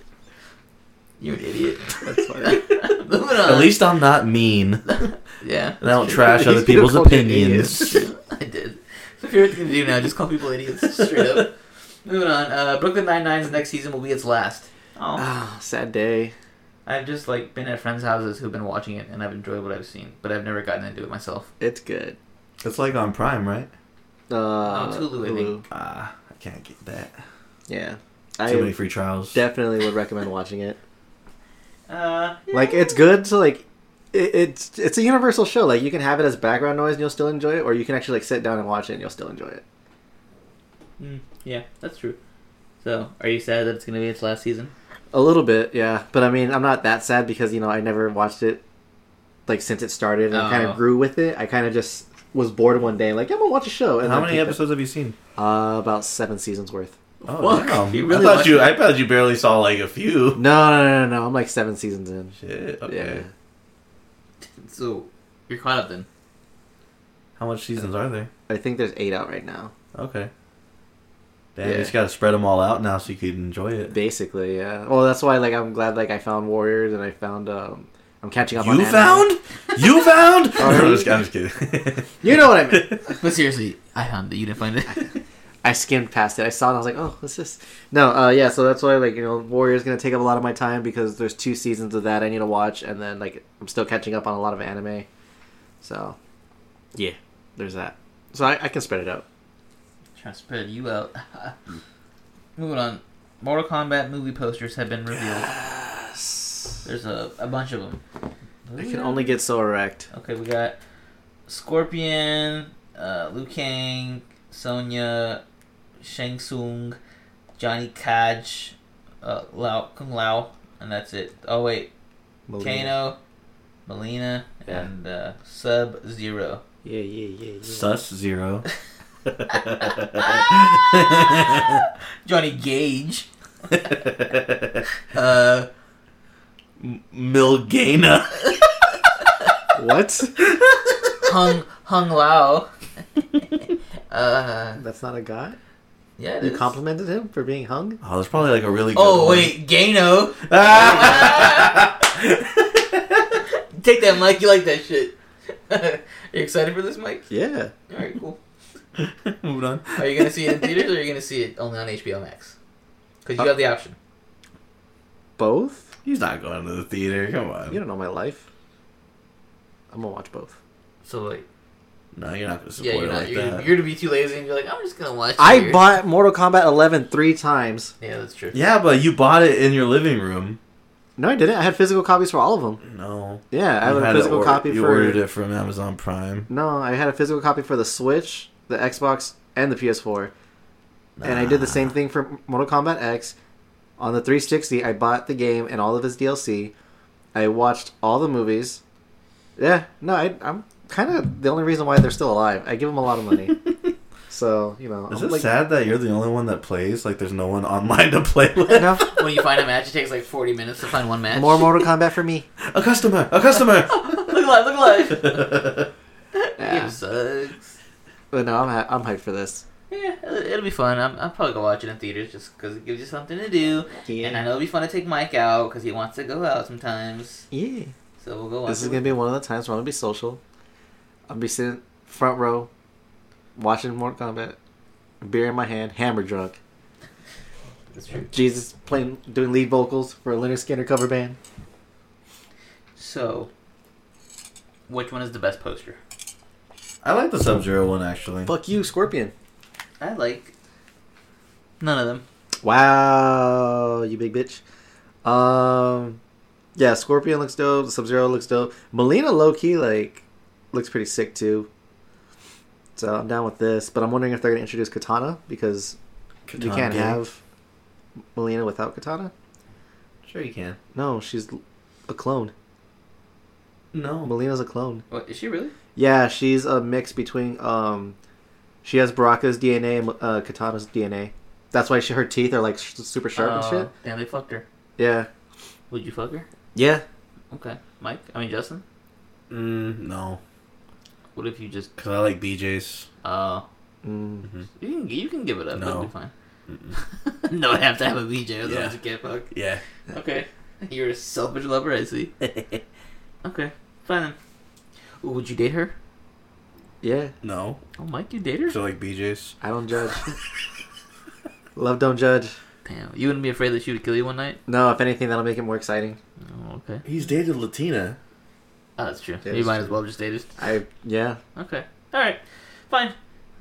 S1: You're an idiot.
S2: That's funny.
S1: [LAUGHS] Moving on.
S3: At least I'm not mean. And
S1: [LAUGHS] yeah,
S3: I don't trash other
S2: These people
S3: people's
S2: called you
S3: opinions.
S1: I did. So if you're what you do now, just call people idiots straight up. Moving on. Uh, Brooklyn Nine Nine's next season will be its last. Oh.
S2: Ah, sad day.
S1: I've just like been at friends' houses who've been watching it, and I've enjoyed what I've seen, but I've never gotten into it myself.
S2: It's good.
S3: [LAUGHS] It's like on Prime, right?
S2: Uh,
S1: Oh, Hulu, I
S2: Hulu.
S3: Ah, I can't get that. Too
S2: Yeah,
S3: many
S2: I
S3: free trials.
S2: definitely would recommend watching it.
S1: Uh,
S2: Like, it's good to like it, it's it's a universal show. Like you can have it as background noise and you'll still enjoy it, or you can actually like sit down and watch it and you'll still enjoy it.
S1: Mm, yeah, that's true. So, are you sad that it's going to be its last season?
S2: A little bit, yeah. But I mean, I'm not that sad because you know I never watched it like since it started and
S1: Oh.
S2: kind of grew with it. I kind of just was bored one day, like yeah, I'm gonna watch a show. And
S3: How
S2: then
S3: many
S2: picked it-
S3: episodes have you seen?
S2: Uh, about seven seasons worth.
S3: Oh,
S1: Fuck,
S3: damn.
S1: you really
S3: I thought
S1: watched
S3: you.
S1: it.
S3: I thought you barely saw like a few. [LAUGHS]
S2: No, no, no, no, no. I'm like seven seasons in.
S3: Shit. Okay.
S2: Yeah.
S1: So, you're caught up then.
S3: How much seasons are there?
S2: I think there's eight out right now.
S3: Okay. Damn,
S2: Yeah.
S3: you just gotta spread them all out now so you can enjoy it.
S2: Basically, yeah. Well, that's why like I'm glad like I found Warriors and I found um I'm catching up. on
S3: You
S2: anime.
S3: found?
S2: [LAUGHS]
S3: You found?
S2: Oh,
S3: I'm,
S2: really?
S3: just, I'm just kidding.
S2: [LAUGHS] You know what I meant.
S1: But seriously, I found it. You didn't [LAUGHS] find it.
S2: I skimmed past it. I saw it. and I was like, oh, what's this? No, uh, yeah. So that's why like you know Warriors gonna take up a lot of my time because there's two seasons of that I need to watch, and then like I'm still catching up on a lot of anime. So, yeah, there's that. So I, I can spread it out.
S1: Trying to spread you out. [LAUGHS] Moving on. Mortal Kombat movie posters have been revealed.
S3: [SIGHS]
S1: There's a, a bunch of them.
S2: I can only get so erect.
S1: Okay, we got Scorpion, uh, Liu Kang, Sonya, Shang Tsung, Johnny Cage, uh, Lao, Kung Lao, and that's it. Oh, wait. Kano, Melina,
S2: Yeah.
S1: and uh, Sub Zero.
S2: Yeah, yeah, yeah, yeah.
S3: Sus
S2: [LAUGHS]
S3: zero.
S1: Johnny Gage. Uh, [LAUGHS]
S3: Milgana.
S2: what?
S1: Hung Hung Lao. [LAUGHS] uh,
S2: That's not a guy.
S1: yeah, it
S2: You
S1: is.
S2: complimented him for being hung.
S3: Oh, there's probably like a really good
S1: Oh
S3: one.
S1: wait, [LAUGHS] Gano.
S3: Ah!
S1: Take that, Mike. You like that shit? [LAUGHS] you excited for this, Mike?
S2: Yeah.
S1: All right, cool.
S3: [LAUGHS] Moving on.
S1: Are you gonna see it in theaters, or are you gonna see it only on HBO Max? Because you
S2: Uh,
S1: have the option.
S2: Both?
S3: He's not going to the theater. Come on.
S2: You don't know my life. I'm gonna watch both.
S1: So like,
S3: no, you're not going to
S1: yeah,
S3: support
S1: you're
S3: it
S1: not.
S3: like
S1: you're,
S3: that.
S1: you're gonna be too lazy, and you're like, I'm just gonna watch. it
S2: I
S1: here."
S2: bought Mortal Kombat 11 three times.
S1: Yeah, that's true.
S3: Yeah, but you bought it in your living room.
S2: No, I didn't. I had physical copies for all of them.
S3: No.
S2: Yeah, I
S3: You
S2: had a
S3: had it
S2: physical
S3: or-
S2: copy
S3: You
S2: for.
S3: ordered it from Amazon Prime.
S2: No, I had a physical copy for the Switch, the Xbox, and the PS4. And I did the same thing for Mortal Kombat X. On the 360, I bought the game and all of its DLC. I watched all the movies. Yeah, no, I, I'm kind of the only reason why they're still alive. I give them a lot of
S3: [LAUGHS]
S2: money. so, you know.
S3: Is
S2: I'm
S3: it sad that you're the only one that plays? Like, there's no one online to play with?
S2: [LAUGHS]
S3: [LAUGHS]
S2: No,
S1: When you find a match, it takes like 40 minutes to find one match.
S2: more Mortal Kombat for me.
S3: A customer! A customer!
S1: [LAUGHS]
S3: [LAUGHS]
S1: look alive! Look alive!
S2: [LAUGHS] Yeah.
S1: Game sucks.
S2: But no, I'm, hy- I'm hyped for this.
S1: Yeah, it'll it'll be fun. I'm, I'm probably gonna watch it in theaters just because it gives you something to do. And I know it'll be fun to take Mike out because he wants to go out sometimes.
S2: Yeah.
S1: So we'll go watch
S2: This is
S1: it.
S2: gonna be one of the times where I'm gonna be social. I'm gonna be sitting front row, watching Mortal Kombat, beer in my hand, hammer drunk.
S1: That's true.
S2: Jesus playing, doing lead vocals for a Leonard Skinner cover band.
S1: So, which one is the best poster?
S3: I like the Sub Zero one, actually.
S2: Fuck you, Scorpion.
S1: I like none of them.
S2: Wow, you big bitch. Um, yeah, Scorpion looks dope. Sub Zero looks dope. Melina low key like looks pretty sick too. So I'm down with this, but I'm wondering if they're gonna introduce Katana because you can't
S3: Katana.
S2: have Melina without Katana.
S3: Sure, you can.
S2: No, she's l- a clone.
S3: No.
S2: Melina's a clone.
S1: What is she really?
S2: Yeah, she's a mix between um, she has Baraka's DNA and uh, Katana's DNA. That's why she, her teeth are like sh- super sharp and
S1: Oh,
S2: shit.
S1: Damn, they fucked her.
S2: Yeah,
S1: Would you fuck her?
S2: yeah.
S1: Okay, Mike. I mean Justin.
S3: Mm, no.
S1: What if you just
S3: Because I like BJ's.
S1: uh
S2: Mm.
S1: you can you can give it up.
S3: No.
S1: That'll be fine. [LAUGHS] no, I have to have a BJ otherwise
S3: Yeah.
S1: you can't fuck.
S2: [LAUGHS]
S3: Yeah.
S1: Okay. [LAUGHS] You're a selfish lover, I see. Okay. Fine then. Ooh, would you date her?
S2: Yeah,
S3: no.
S1: Oh, Mike, you date her?
S3: So I like BJ's.
S2: I don't judge. [LAUGHS] Love don't judge.
S1: Damn. You wouldn't be afraid that she would kill you one night?
S2: No, if anything, that'll make it more exciting.
S1: Oh, okay.
S3: He's dated Latina.
S1: Oh, that's true.
S2: Yeah,
S1: you
S2: that's
S1: might
S2: true.
S1: as well just date her.
S2: I yeah.
S1: Okay. Alright. Fine.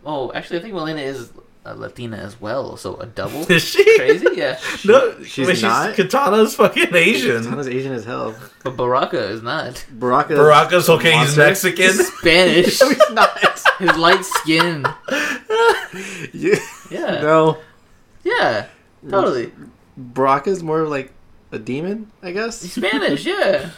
S1: Oh, actually, I think Melina is a Latina as well, so a
S3: [LAUGHS]
S1: double.
S3: [LAUGHS] Is she?
S1: Crazy,
S3: [LAUGHS]
S1: yeah.
S3: No,
S2: She's
S3: she's, she's
S2: not?
S3: Katana's fucking Asian.
S2: Katana's Asian as hell.
S1: But Baraka is not [LAUGHS]
S2: Baraka's, [LAUGHS]
S3: Baraka's okay. He's
S2: Monster.
S3: Mexican.
S2: [LAUGHS]
S3: [LAUGHS]
S1: Spanish.
S2: No, he's not.
S1: His light skin.
S2: [LAUGHS] You-
S1: Yeah.
S2: [LAUGHS] No,
S1: Yeah. Totally.
S2: Baraka's more of like a demon, I guess. [LAUGHS]
S1: Spanish,
S3: [LAUGHS]
S1: yeah.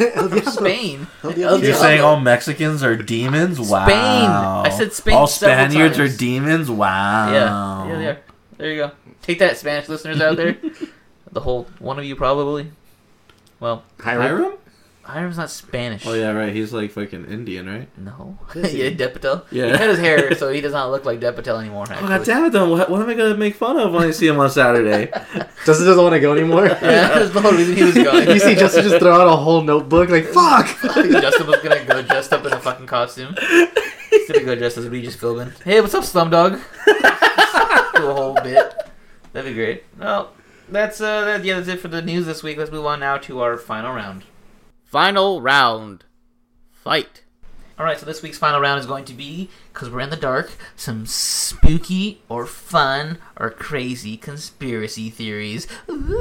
S2: El [LAUGHS] Diablo.
S1: Spain.
S2: El Diablo.
S1: El
S3: You're
S1: Diablo.
S3: saying all Mexicans are demons? Wow.
S1: I said Spain
S3: All
S1: several
S3: Spaniards
S1: times.
S3: are demons? Wow.
S1: Yeah. Yeah, there. There you go. Take that, Spanish listeners out
S3: [LAUGHS]
S1: there. the whole one of you probably. Well,
S2: Hiram?
S1: Hiram's not Spanish.
S3: Oh, yeah, right. He's like fucking Indian, right?
S1: No. [LAUGHS]
S2: Is he?
S1: yeah, Depatel. He
S3: Yeah.
S1: cut his hair, so he does not look like Depatel anymore.
S3: Oh,
S1: Actually.
S3: God damn it, though. What, what am I going to make fun of when I see him on Saturday?
S2: Justin doesn't want to go
S1: [LAUGHS]
S2: anymore.
S1: Yeah,
S2: [LAUGHS]
S1: that's the whole reason he was going. [LAUGHS]
S2: you see Justin just throw out a whole notebook, like [LAUGHS] fuck.
S1: Justin was gonna go dressed up in a fucking costume. He's gonna go dressed as Regis Philbin. Hey, what's up, Slumdog? [LAUGHS] Do a whole bit. That'd be great. Well, that's uh, that, yeah, that's it for the news this week. Let's move on now to our final round. Final round, fight. All right, so this week's final round is going to be because we're in the dark. Some spooky or fun or crazy conspiracy theories.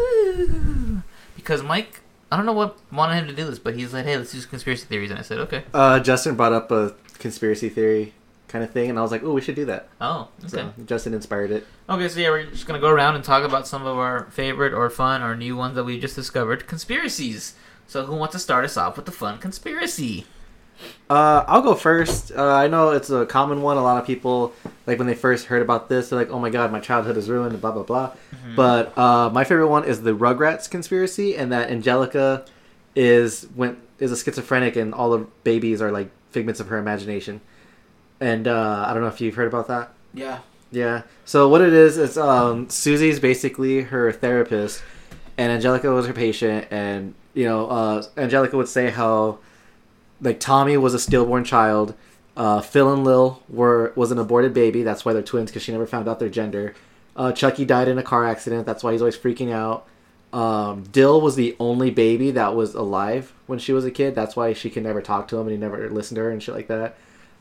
S1: Ooh. Because Mike, I don't know what wanted him to do this, but he's like, "Hey, let's do some conspiracy theories," and I said, "Okay."
S2: Uh, Justin brought up a conspiracy theory kind of thing, and I was like, oh, we should do that.
S1: Oh, okay.
S2: So Justin inspired it.
S1: Okay, so yeah, we're just gonna go around and talk about some of our favorite or fun or new ones that we just discovered conspiracies. So, who wants to start us off with the fun conspiracy?
S2: Uh, I'll go first. Uh, I know it's a common one. A lot of people, like when they first heard about this, they're like, "Oh my god, my childhood is ruined." Blah blah blah. But uh, my favorite one is the Rugrats conspiracy, and that Angelica is went is a schizophrenic, and all the babies are like figments of her imagination. And uh, I don't know if you've heard about that.
S1: Yeah.
S2: Yeah. So what it is, it's um, Susie's basically her therapist, and Angelica was her patient, and you know, uh, Angelica would say how, like Tommy was a stillborn child, uh, Phil and Lil were was an aborted baby. That's why they're twins because she never found out their gender. Uh, Chucky died in a car accident. That's why he's always freaking out. Um, Dill was the only baby that was alive when she was a kid. That's why she could never talk to him and he never listened to her and shit like that.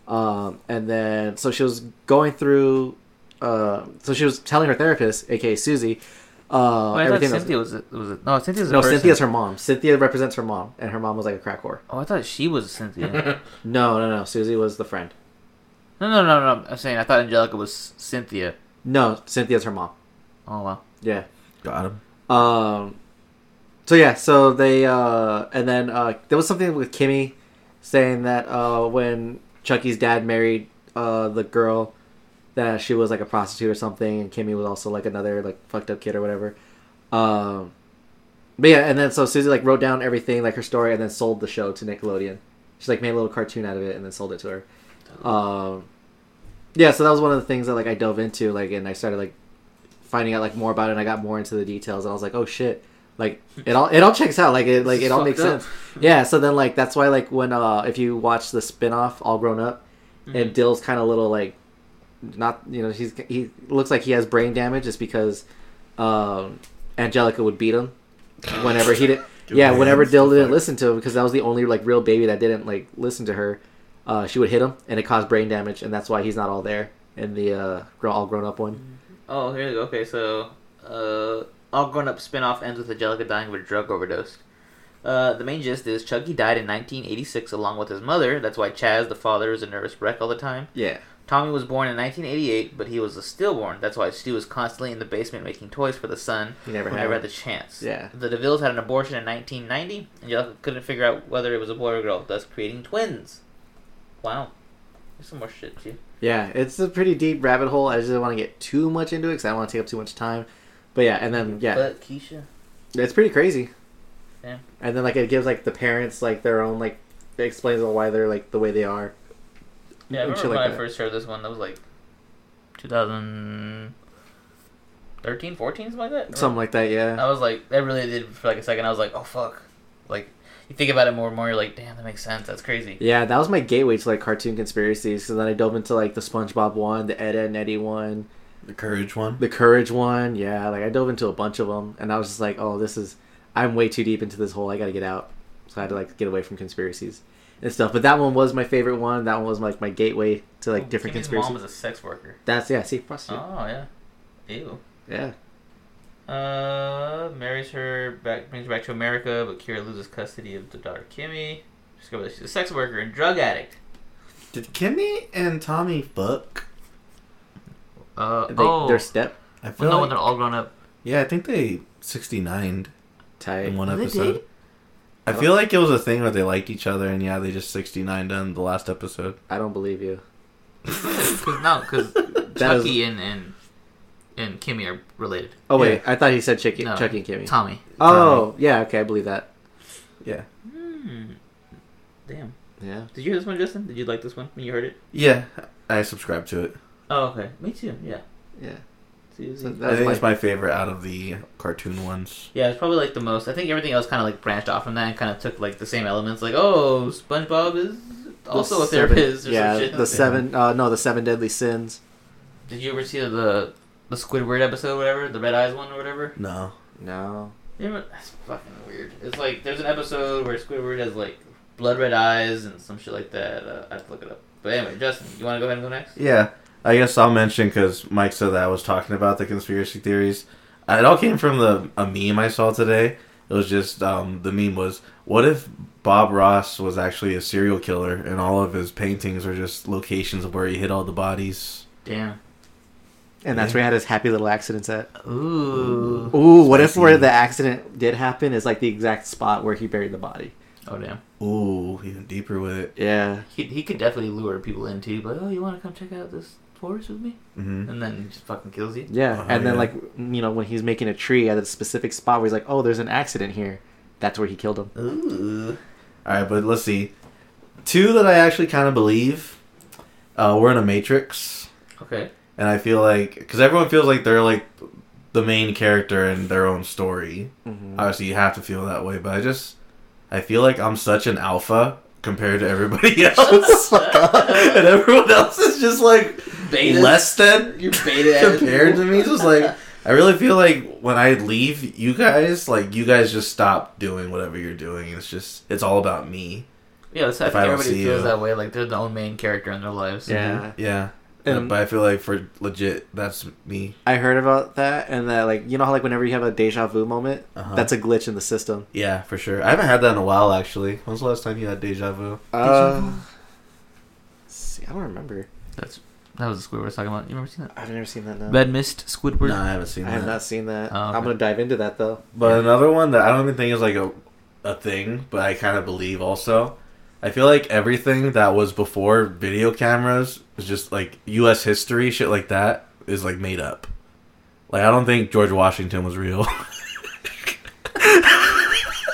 S2: Um, and then so she was going through. Uh, so she was telling her therapist, aka Susie, uh,
S1: Oh, I thought
S2: everything. that was-
S1: Cynthia was, was, it? No, Cynthia's a
S2: no,
S1: person.
S2: Cynthia's her mom. Cynthia represents her mom, and her mom was like a crack whore.
S1: Oh, I thought she was [LAUGHS] Cynthia.
S2: No, no, no. Susie was the friend.
S1: no, no, no, no. I'm saying I thought Angelica was Cynthia.
S2: No, Cynthia's her mom.
S1: Oh wow.
S2: Yeah.
S3: [LAUGHS] Got him.
S2: Um. So yeah, so they uh, and then uh, there was something with Kimmy saying that uh, when Chucky's dad married uh, the girl, that she was like a prostitute or something, and Kimmy was also like another like fucked up kid or whatever. Um, but yeah, and then so Susie like wrote down everything like her story and then sold the show to Nickelodeon. She like made a little cartoon out of it and then sold it to her. Um, yeah, so that was one of the things that like I dove into like and I started like finding out like more about it and I got more into the details and I was like, oh shit. Like it all it all checks out. Like it like it all
S1: Fucked
S2: makes
S1: up. [LAUGHS]
S2: sense. Yeah, so then like that's why like when uh if you watch the spin off All Grown Up
S1: Mm-hmm.
S2: and Dill's kinda little like not you know, he's he looks like he has brain damage just because um Angelica would beat him whenever he [LAUGHS] did yeah
S3: man,
S2: whenever
S3: it's
S2: dill
S3: the
S2: didn't
S3: fact.
S2: listen to him because that was the only like real baby that didn't like listen to her uh, she would hit him and it caused brain damage and that's why he's not all there in the uh, grow- all grown up one
S1: Oh, here we go. Okay, so uh, all grown up spin off ends with Angelica dying of a drug overdose. Uh, the main gist is Chucky died in 1986 along with his mother. That's why Chaz, the father, is a nervous wreck all the time.
S2: yeah
S1: Tommy was born in 1988, but he was a stillborn. That's why Stu was constantly in the basement making toys for the son
S2: he never had
S1: whenever had
S2: it.
S1: the chance.
S2: Yeah.
S1: The DeVilles had an abortion in 1990, and Angelica couldn't figure out whether it was a boy or girl, thus creating twins. Wow. There's some more shit, too.
S2: yeah it's a pretty deep rabbit hole i just didn't want to get too much into it because i don't want to take up too much time but yeah and then Um, yeah
S1: But Keisha.
S2: it's pretty crazy
S1: Yeah.
S2: and then like it gives like the parents like their own like it explains why they're like the way they are
S1: Yeah, I
S2: and
S1: remember
S2: shit
S1: when
S2: like
S1: I
S2: that.
S1: first heard this one. That was like 2013, 14, something like that.
S2: something like that yeah
S1: I was like, that really did for like a second. I was like, oh fuck. Like, you think about it more and more. You're like, damn, that makes sense. That's crazy.
S2: Yeah, that was my gateway to like cartoon conspiracies. Because then I dove into like the SpongeBob one, the Ed, Ed and Eddie one,
S3: The courage one.
S2: the Courage one. Yeah, like I dove into a bunch of them, and I was just like, "Oh, this is I'm way too deep into this hole. I got to get out." so I had to like get away from conspiracies and stuff. But that one was my favorite one. That one was like my gateway to
S1: Oh,
S2: like different
S1: Timmy's
S2: conspiracies.
S1: Mom was a sex worker.
S2: That's yeah. See, prostitute.
S1: Oh yeah. Ew.
S2: Yeah.
S1: Uh, marries her back, brings her back to America, but Kira loses custody of the daughter Kimmy. Discover that she's a sex worker and drug addict.
S3: Did Kimmy and Tommy fuck?
S1: Uh,
S2: They,
S1: oh,
S2: Their step
S3: I
S1: well, no,
S3: feel like-
S1: when they're all grown up.
S3: yeah, I think they 69'd
S2: tie.
S3: in one
S1: They
S3: episode.
S1: did?
S3: I feel like it was a thing where they liked each other, and yeah, they just 69'd in the last episode.
S2: I don't believe you.
S1: Cause, no,
S2: [LAUGHS]
S1: because
S2: is-
S1: Chucky and, and and Kimmy are related.
S2: Oh wait, I thought he said Chucky,
S1: No,
S2: Chucky and Kimmy.
S1: Tommy.
S2: Oh yeah, okay, I believe that.
S3: Yeah.
S1: Hmm. Damn.
S2: Yeah.
S1: Did you hear this one, Justin? Did you like this one when you heard it?
S3: Yeah, I subscribe to it.
S1: Oh, okay. Me too. Yeah.
S2: Yeah.
S1: See,
S2: So
S1: see.
S2: that
S3: I
S2: was
S3: think
S2: my,
S3: it's my favorite out of the cartoon ones.
S1: Yeah, it's probably like the most. I think everything else kind of like branched off from that and kind of took like the same elements. Like, oh, SpongeBob is
S2: the
S1: also a
S2: seven-
S1: therapist or
S2: yeah,
S1: some shit.
S2: the seven. Uh, no, the seven deadly sins.
S1: Did you ever see the the Squidward episode, or whatever, the Red Eyes one, or whatever?
S3: No.
S2: No.
S1: You ever- That's fucking weird. It's like there's an episode where Squidward has like blood red eyes and some shit like that. Uh, I have to look it up. But anyway, Justin, you want to go ahead and go next?
S3: Yeah, I guess I'll mention because Mike said that I was talking about the conspiracy theories. Uh, It all came from the a meme I saw today. It was just um, the meme was, "What if Bob Ross was actually a serial killer and all of his paintings are just locations of where he hid all the bodies?"
S1: Damn.
S2: And that's where he had his happy little accidents at.
S1: Ooh.
S2: Ooh, what if
S3: Spicy.
S2: where the accident did happen is like the exact spot where he buried the body?
S1: Oh damn.
S3: Ooh, even deeper with it.
S2: Yeah.
S1: He he could definitely lure people in too. But oh, you want to come check out this forest with me?
S3: Mm-hmm.
S1: And then he just fucking kills you.
S2: Yeah.
S3: Uh-huh,
S2: and then
S3: yeah.
S2: like you know when he's making a tree at a specific spot where he's like, oh, there's an accident here. That's where he killed him.
S1: Ooh.
S3: All right, but let's see. Two that I actually kind of believe. Uh, we're in a matrix.
S1: Okay.
S3: and I feel like because everyone feels like they're like the main character in their own story.
S1: Mm-hmm.
S2: Mhm.
S3: Obviously, you have to feel that way, but I just I feel like I'm such an alpha compared to everybody [LAUGHS] else, [LAUGHS] and everyone else is just like
S1: Beta.
S3: less than
S1: You're beta
S3: [LAUGHS]
S1: ass
S3: compared to
S1: people.
S3: me.
S1: [LAUGHS]
S3: Just like I really feel like when I leave you guys, like you guys just stop doing whatever you're doing. It's just it's all about me.
S1: Yeah, that's, I
S3: If
S1: think
S3: I don't
S1: everybody
S3: see
S1: feels
S3: you.
S1: that way. Like they're the own main character in their lives.
S2: Yeah.
S3: Yeah.
S2: And-
S3: but I feel like for legit, that's me.
S2: I heard about that and that like you know how like whenever you have a deja vu moment,
S3: Uh-huh.
S2: that's a glitch in the system.
S3: Yeah, for sure. I haven't had that in a while, actually. When was the last time you had deja vu?
S2: Uh, see, I don't remember.
S1: That's that was the Squidward I was talking about. You remember seeing that?
S2: I've never seen that. No.
S1: Red Mist Squidward.
S3: No, I haven't seen
S2: I
S3: that.
S2: have not seen that.
S1: Oh, okay.
S2: I'm gonna dive into that though.
S3: But another one that I don't even think is like a, a thing, but I kind of believe also. I feel like everything that was before video cameras is just like U.S. history, shit like that is like made up. Like I don't think George Washington was real. [LAUGHS]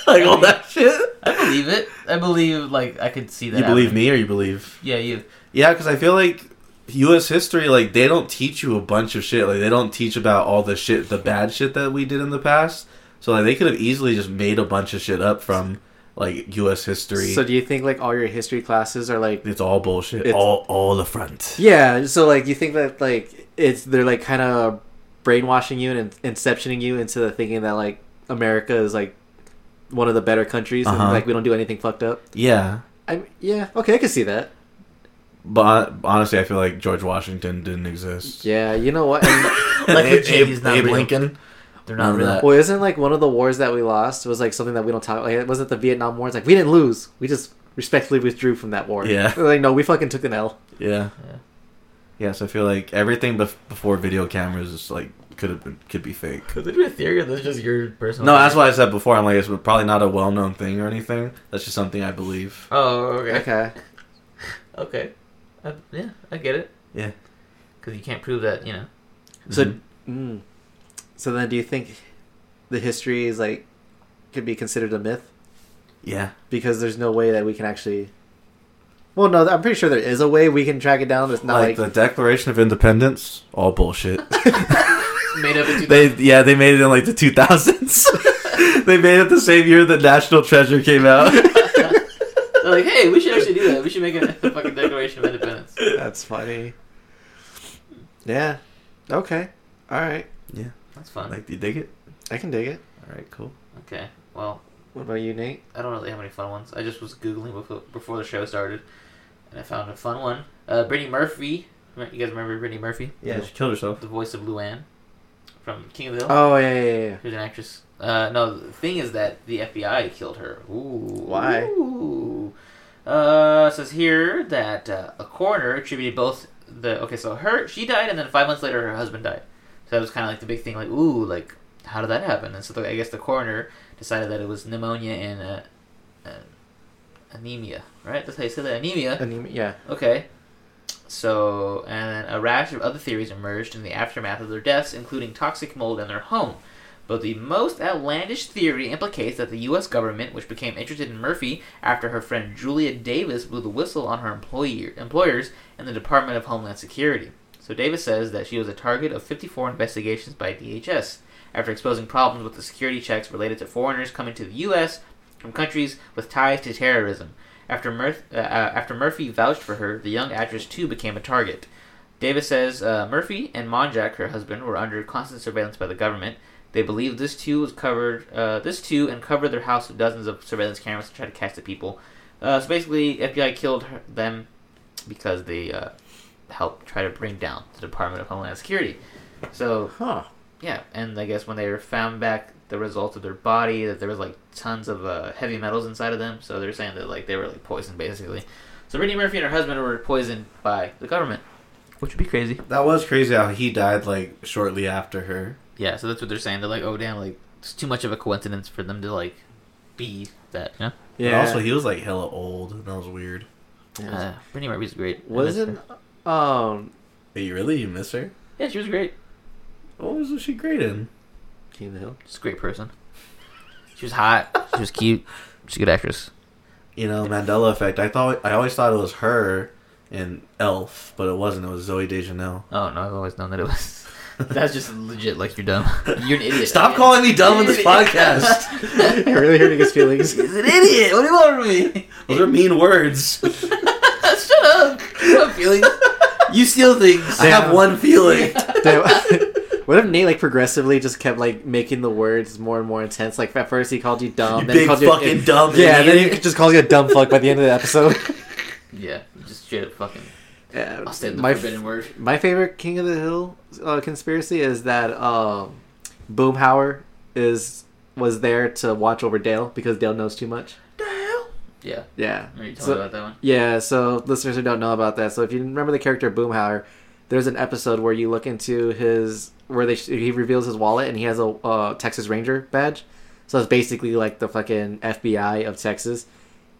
S3: like all that
S2: [LAUGHS]
S3: shit.
S1: I believe it. I believe like I could see that.
S3: You believe
S1: happening.
S3: me or you believe
S1: Yeah, you.
S3: Yeah, because I feel like U.S. history, like they don't teach you a bunch of shit. Like they don't teach about all the shit, the bad shit that we did in the past. So like they could have easily just made a bunch of shit up from like U.S. history.
S2: So do you think like all your history classes are like?
S3: it's all bullshit.
S2: It's-
S3: all all the front.
S2: Yeah. So like you think that like it's they're like kind of brainwashing you and inceptioning you into the thinking that like America is like one of the better countries and
S3: Uh-huh.
S2: like we don't do anything fucked up.
S3: Yeah,
S2: I yeah okay I can see that.
S3: but hon- honestly, I feel like George Washington didn't exist. [LAUGHS]
S2: Yeah. You know what? And-
S1: Like,
S3: Abe,
S1: legit, he's
S3: Abe-
S1: not
S3: Abe
S1: real.
S3: Lincoln.
S1: They're
S3: None
S1: not
S3: of
S1: real.
S3: that.
S2: Well, isn't like one of the wars that we lost was like something that we don't talk. Like, it wasn't the Vietnam War. It's like we didn't lose. We just respectfully withdrew from that war.
S3: Yeah.
S2: They're like no, we fucking took an L.
S3: Yeah,
S1: Yeah.
S3: yeah. So I feel like everything bef- before video cameras is like could have been could be fake.
S1: Could there be a theory or that's just your personal?
S3: No, that's what I said before. I'm like, it's probably not a well known thing or anything. That's just something I believe.
S1: Oh, okay. Okay.
S2: Okay.
S1: Uh, yeah, I get it.
S3: Yeah.
S1: Because you can't prove that, you know.
S2: So,
S3: Mhm.
S2: mm, so then, do you think the history is like could be considered a myth
S3: Yeah.
S2: because there's no way that we can actually? Well, no, I'm pretty sure there is a way we can track it down. It's not
S3: Like,
S2: like,
S3: the Declaration of Independence, all [LAUGHS] bullshit.
S1: [LAUGHS] Made up into
S3: they yeah, they made it in like the 2000s. [LAUGHS] they made it the same year that National Treasure came out. [LAUGHS]
S1: They're like, hey, we should actually do that. We should make a fucking Declaration of Independence.
S2: that's funny. Yeah. Okay. All right.
S3: yeah,
S1: That's fun.
S3: like you dig it.
S2: I can dig it.
S3: All right, cool.
S1: Okay. Well,
S2: What about you, Nate?
S1: I don't really have any fun ones. I just was googling before, before the show started, and I found a fun one. Uh, Brittany Murphy. You guys remember Brittany Murphy,
S3: Yeah, she killed herself.
S1: the voice of Luann from King of the Hill?
S2: Oh yeah, yeah, yeah.
S1: Who's an actress? Uh, no, the thing is that the FBI killed her. Ooh.
S2: Why?
S1: Ooh. Uh, says here that uh, a coroner attributed both the okay, so her she died, and then five months later her husband died. So that was kind of like the big thing, like ooh, like how did that happen? And so the, I guess the coroner decided that it was pneumonia and uh, uh, anemia, right? That's how you say that anemia.
S2: Anemia. Yeah.
S1: Okay. So, and a rash of other theories emerged in the aftermath of their deaths, including toxic mold in their home. But the most outlandish theory implicates that the U.S. government, which became interested in Murphy after her friend Julia Davis blew the whistle on her employer, employers and the Department of Homeland Security. So Davis says that she was a target of 54 investigations by DHS after exposing problems with the security checks related to foreigners coming to the U.S. from countries with ties to terrorism. After, Murph uh, uh, after Murphy vouched for her, the young actress too became a target. Davis says uh, Murphy and Monjack, her husband, were under constant surveillance by the government. They believed this too was covered. Uh, this too and covered their house with dozens of surveillance cameras to try to catch the people. Uh, so basically, FBI killed her, them because they uh, helped try to bring down the Department of Homeland Security. So
S2: Huh.
S1: yeah, and I guess when they were found back, the results of their body that there was like tons of uh, heavy metals inside of them. So they're saying that like they were like poisoned basically. So Brittany Murphy and her husband were poisoned by the government, which would be crazy.
S3: That was crazy how he died like shortly after her.
S1: Yeah, so that's what they're saying. They're like, oh damn, like it's too much of a coincidence for them to like be that. Yeah.
S3: Yeah.
S2: Yeah.
S3: also, he was like hella old, and that was weird.
S1: Uh, Brittany Murphy's great. I miss
S2: Wasn't
S1: her.
S2: um
S3: Hey, you really? You miss her?
S1: Yeah, she was great.
S3: What was she great in?
S2: King of the [LAUGHS] Hill?
S1: She's a great person. She was hot. she was cute. She's a good actress.
S3: You know, Mandela Effect. I thought I always thought it was her and Elf, but it wasn't. It was Zoe Deschanel.
S1: Oh no, I've always known that it
S2: [LAUGHS]
S1: was. [LAUGHS] That's just legit. Like you're dumb. You're an idiot.
S3: Stop calling me dumb in this
S1: [LAUGHS]
S2: [LAUGHS]
S3: podcast.
S2: You're really hurting his [LAUGHS] feelings.
S1: He's an idiot. What do you want from me?
S3: Those are mean words.
S1: Shut up. You have feelings. You steal things.
S3: I have
S1: [LAUGHS]
S3: one feeling.
S2: Damn. [LAUGHS] What if Nate like progressively just kept like making the words more and more intense? Like at first he called you dumb,
S3: You
S2: then he
S3: big
S2: called you [LAUGHS]
S3: fucking dumb
S2: Yeah,
S3: idiot.
S2: then he just calls you a dumb fuck by the end of the
S3: [LAUGHS]
S2: episode.
S1: Yeah, just straight up fucking.
S2: Yeah,
S1: I'll stand the
S2: my f-
S1: forbidden word.
S2: My favorite King of the Hill uh, conspiracy is that um, Boomhauer is was there to watch over Dale because Dale knows too much.
S1: Yeah.
S2: Yeah.
S1: Are you talking
S2: So-
S1: about that one?
S2: yeah, so listeners who don't know about that, so if you remember the character Boomhauer, there's an episode where you look into his where they he reveals his wallet and he has a uh, Texas Ranger badge. So it's basically like the fucking FBI of Texas.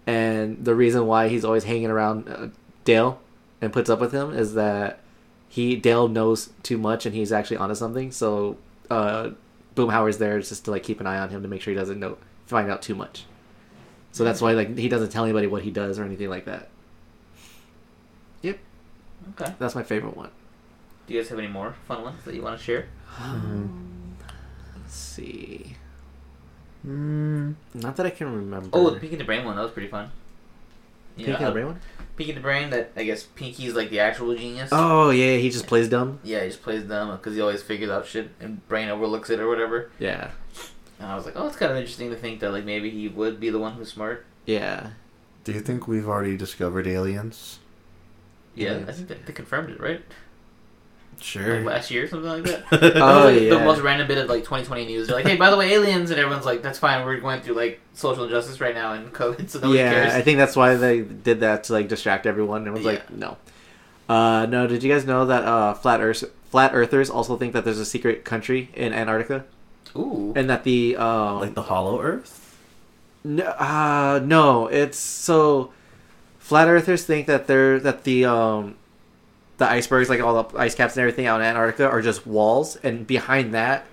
S2: And the reason why he's always hanging around uh, Dale and puts up with him is that he Dale knows too much and he's actually onto something. So uh, Boomhauer's there just to like keep an eye on him to make sure he doesn't know find out too much. So that's why like he doesn't tell anybody what he does or anything like that. Yep,
S1: Okay.
S2: that's my favorite one.
S1: Do you guys have any more fun ones that you want to share?
S2: Mm-hmm. Um, Let's see.
S3: Mm.
S2: Not that I can remember.
S1: Oh, the Pinky and the Brain one. That was pretty fun.
S2: Can you
S1: Yeah,
S2: get the
S1: uh,
S2: brain one?
S1: Pinky and the Brain. That I guess Pinky's like the actual genius.
S2: Oh yeah, he just plays dumb.
S1: Yeah, he just plays dumb because he always figures out shit and Brain overlooks it or whatever.
S2: Yeah,
S1: And I was like, oh, it's kind of interesting to think that like maybe he would be the one who's smart.
S2: yeah.
S3: Do you think we've already discovered aliens?
S1: Yeah,
S2: Yeah.
S1: I think they, they confirmed it, right?
S3: Sure.
S1: Like last year, something
S3: [LAUGHS]
S1: like that.
S2: Oh,
S1: That was, like,
S2: yeah.
S1: The most random bit of like 2020 news. They're like, hey, by the way, aliens, and everyone's like, that's fine. We're going through like social injustice right now and COVID, so nobody
S2: yeah, I
S1: cares.
S2: think that's why they did that to like distract everyone. Everyone's like, no. Uh, no, did you guys know that uh, flat earth flat earthers also think that there's a secret country in Antarctica
S1: Ooh.
S2: and that the um,
S3: like the Hollow Earth?
S2: No, uh, no. It's so flat earthers think that they're that the um the icebergs, like all the ice caps and everything out in Antarctica, are just walls, and behind that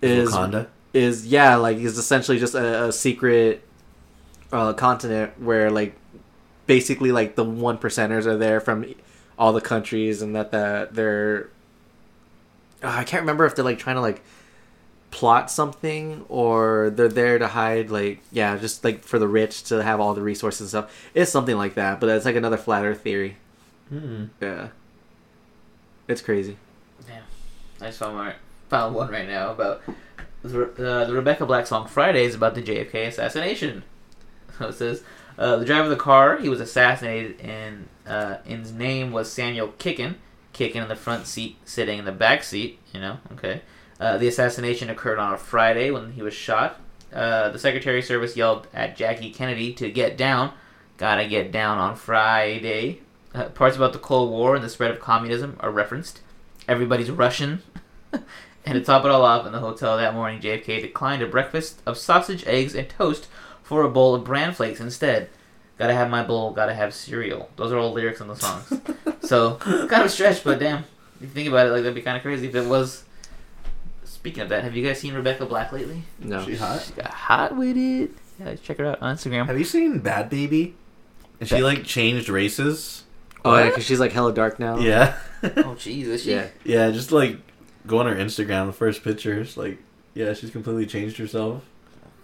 S2: is
S3: Wakanda?
S2: is yeah, like is essentially just a, a secret uh, continent where like basically like the one percenters are there from all the countries, and that that they're uh, I can't remember if they're like trying to like plot something or they're there to hide like yeah just like for the rich to have all the resources and stuff it's something like that but it's like another flat earth theory
S3: Hmm.
S2: yeah it's crazy
S1: I just found, my, found one right now about the, Re- uh, the Rebecca Black song Friday is about the JFK assassination. [LAUGHS] So it says uh, the driver of the car he was assassinated and uh, and his name was Samuel Kicken. Kicken in the front seat, sitting in the back seat. You know, okay. Uh, the assassination occurred on a Friday when he was shot. Uh, the Secretary of Service yelled at Jackie Kennedy to get down. Gotta get down on Friday. Uh, parts about the Cold War and the spread of communism are referenced. Everybody's Russian. and to top it all off, in the hotel that morning, JFK declined a breakfast of sausage, eggs, and toast for a bowl of bran flakes instead. Gotta have my bowl, gotta have cereal. Those are all lyrics in the
S3: [LAUGHS]
S1: songs. so, kind of stretched, but damn. If you think about it, like that'd be kind of crazy if it was. Speaking of that, have you guys seen Rebecca Black lately?
S2: No.
S3: She hot.
S1: She got hot with it. Yeah, check her out on Instagram.
S3: Have you seen Bad Baby? And she like changed races.
S2: Oh yeah, because she's like hella dark now.
S3: Yeah,
S1: Oh Jesus, she
S2: Yeah.
S3: [LAUGHS] yeah. Just like go on her Instagram. The first pictures, like yeah, she's completely changed herself.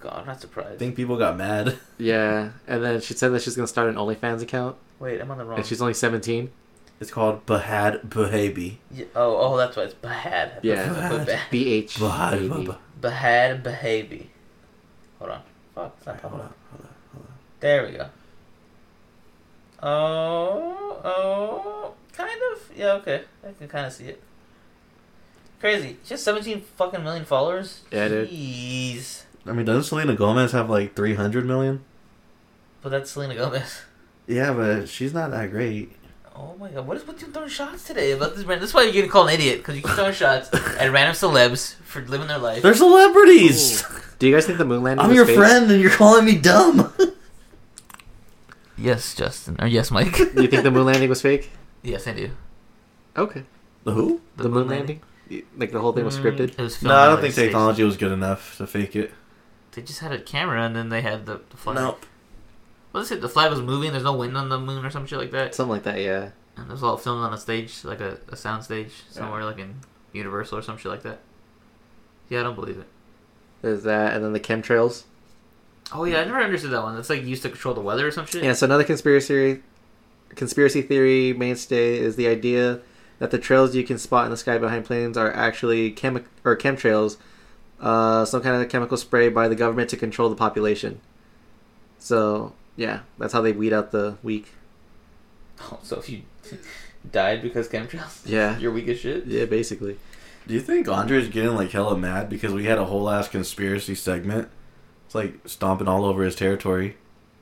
S1: God, I'm not surprised.
S3: I think people got mad. [LAUGHS]
S2: Yeah. And then she said that she's gonna start an OnlyFans account,
S1: Wait, I'm on the wrong.
S2: and she's only seventeen.
S3: It's called Bahad Bahabi.
S1: Yeah, oh, oh, that's why it's bad. I put-
S2: Yeah.
S1: I put bad.
S2: B H.
S3: Bahad.
S2: baby.
S1: Bad behavior. Hold on. Fuck, it's not popping
S3: Hold
S1: up.
S3: on.
S1: There we go. Oh, oh, kind of. Yeah, okay. I can kind of see it. Crazy. She has 17 fucking million followers.
S2: Yeah, dude.
S1: Jeez.
S3: I mean, doesn't Selena Gomez have like three hundred million?
S1: But that's Selena Gomez. [LAUGHS]
S3: Yeah, but she's not that great.
S1: Oh my god, what is with you throwing shots today about this man? That's why you're getting called an idiot, because you keep throwing shots at random celebs for living their life.
S3: They're celebrities.
S2: Do you guys think the moon landing?
S3: [LAUGHS] I'm
S2: was
S3: your
S2: fake?
S3: friend, and you're calling me dumb. [LAUGHS]
S1: Yes, Justin. Or yes, Mike.
S2: You think the moon landing was fake?
S1: [LAUGHS] yes, I do.
S2: Okay.
S3: Who?
S2: The, moon, landing? Mm. Like the whole thing was scripted.
S1: It was filmed
S3: No, I
S1: in
S3: don't
S1: other
S3: think
S1: states.
S3: technology was good enough to fake it.
S1: They just had a camera and then they had the, the flag. What is it? The flag was moving. There's no wind on the moon or some shit like that.
S2: Something like that. Yeah.
S1: And it was all filmed on a stage, like a, a sound stage somewhere, like in Universal or some shit like that. Yeah, I don't believe it.
S2: There's that, and then the chemtrails.
S1: Oh yeah, I never understood that one. That's like used to control the weather or some shit.
S2: Yeah, so another conspiracy conspiracy theory mainstay is the idea that the trails you can spot in the sky behind planes are actually chemi- or chemtrails, uh, some kind of chemical spray by the government to control the population. So yeah, that's how they weed out the weak.
S1: Oh, [LAUGHS] so if you [LAUGHS] died because chemtrails,
S2: Yeah.
S1: you're weak as shit.
S2: Yeah, basically.
S3: Do you think Andre's getting like hella mad because we had a whole ass conspiracy segment? It's like stomping all over his territory.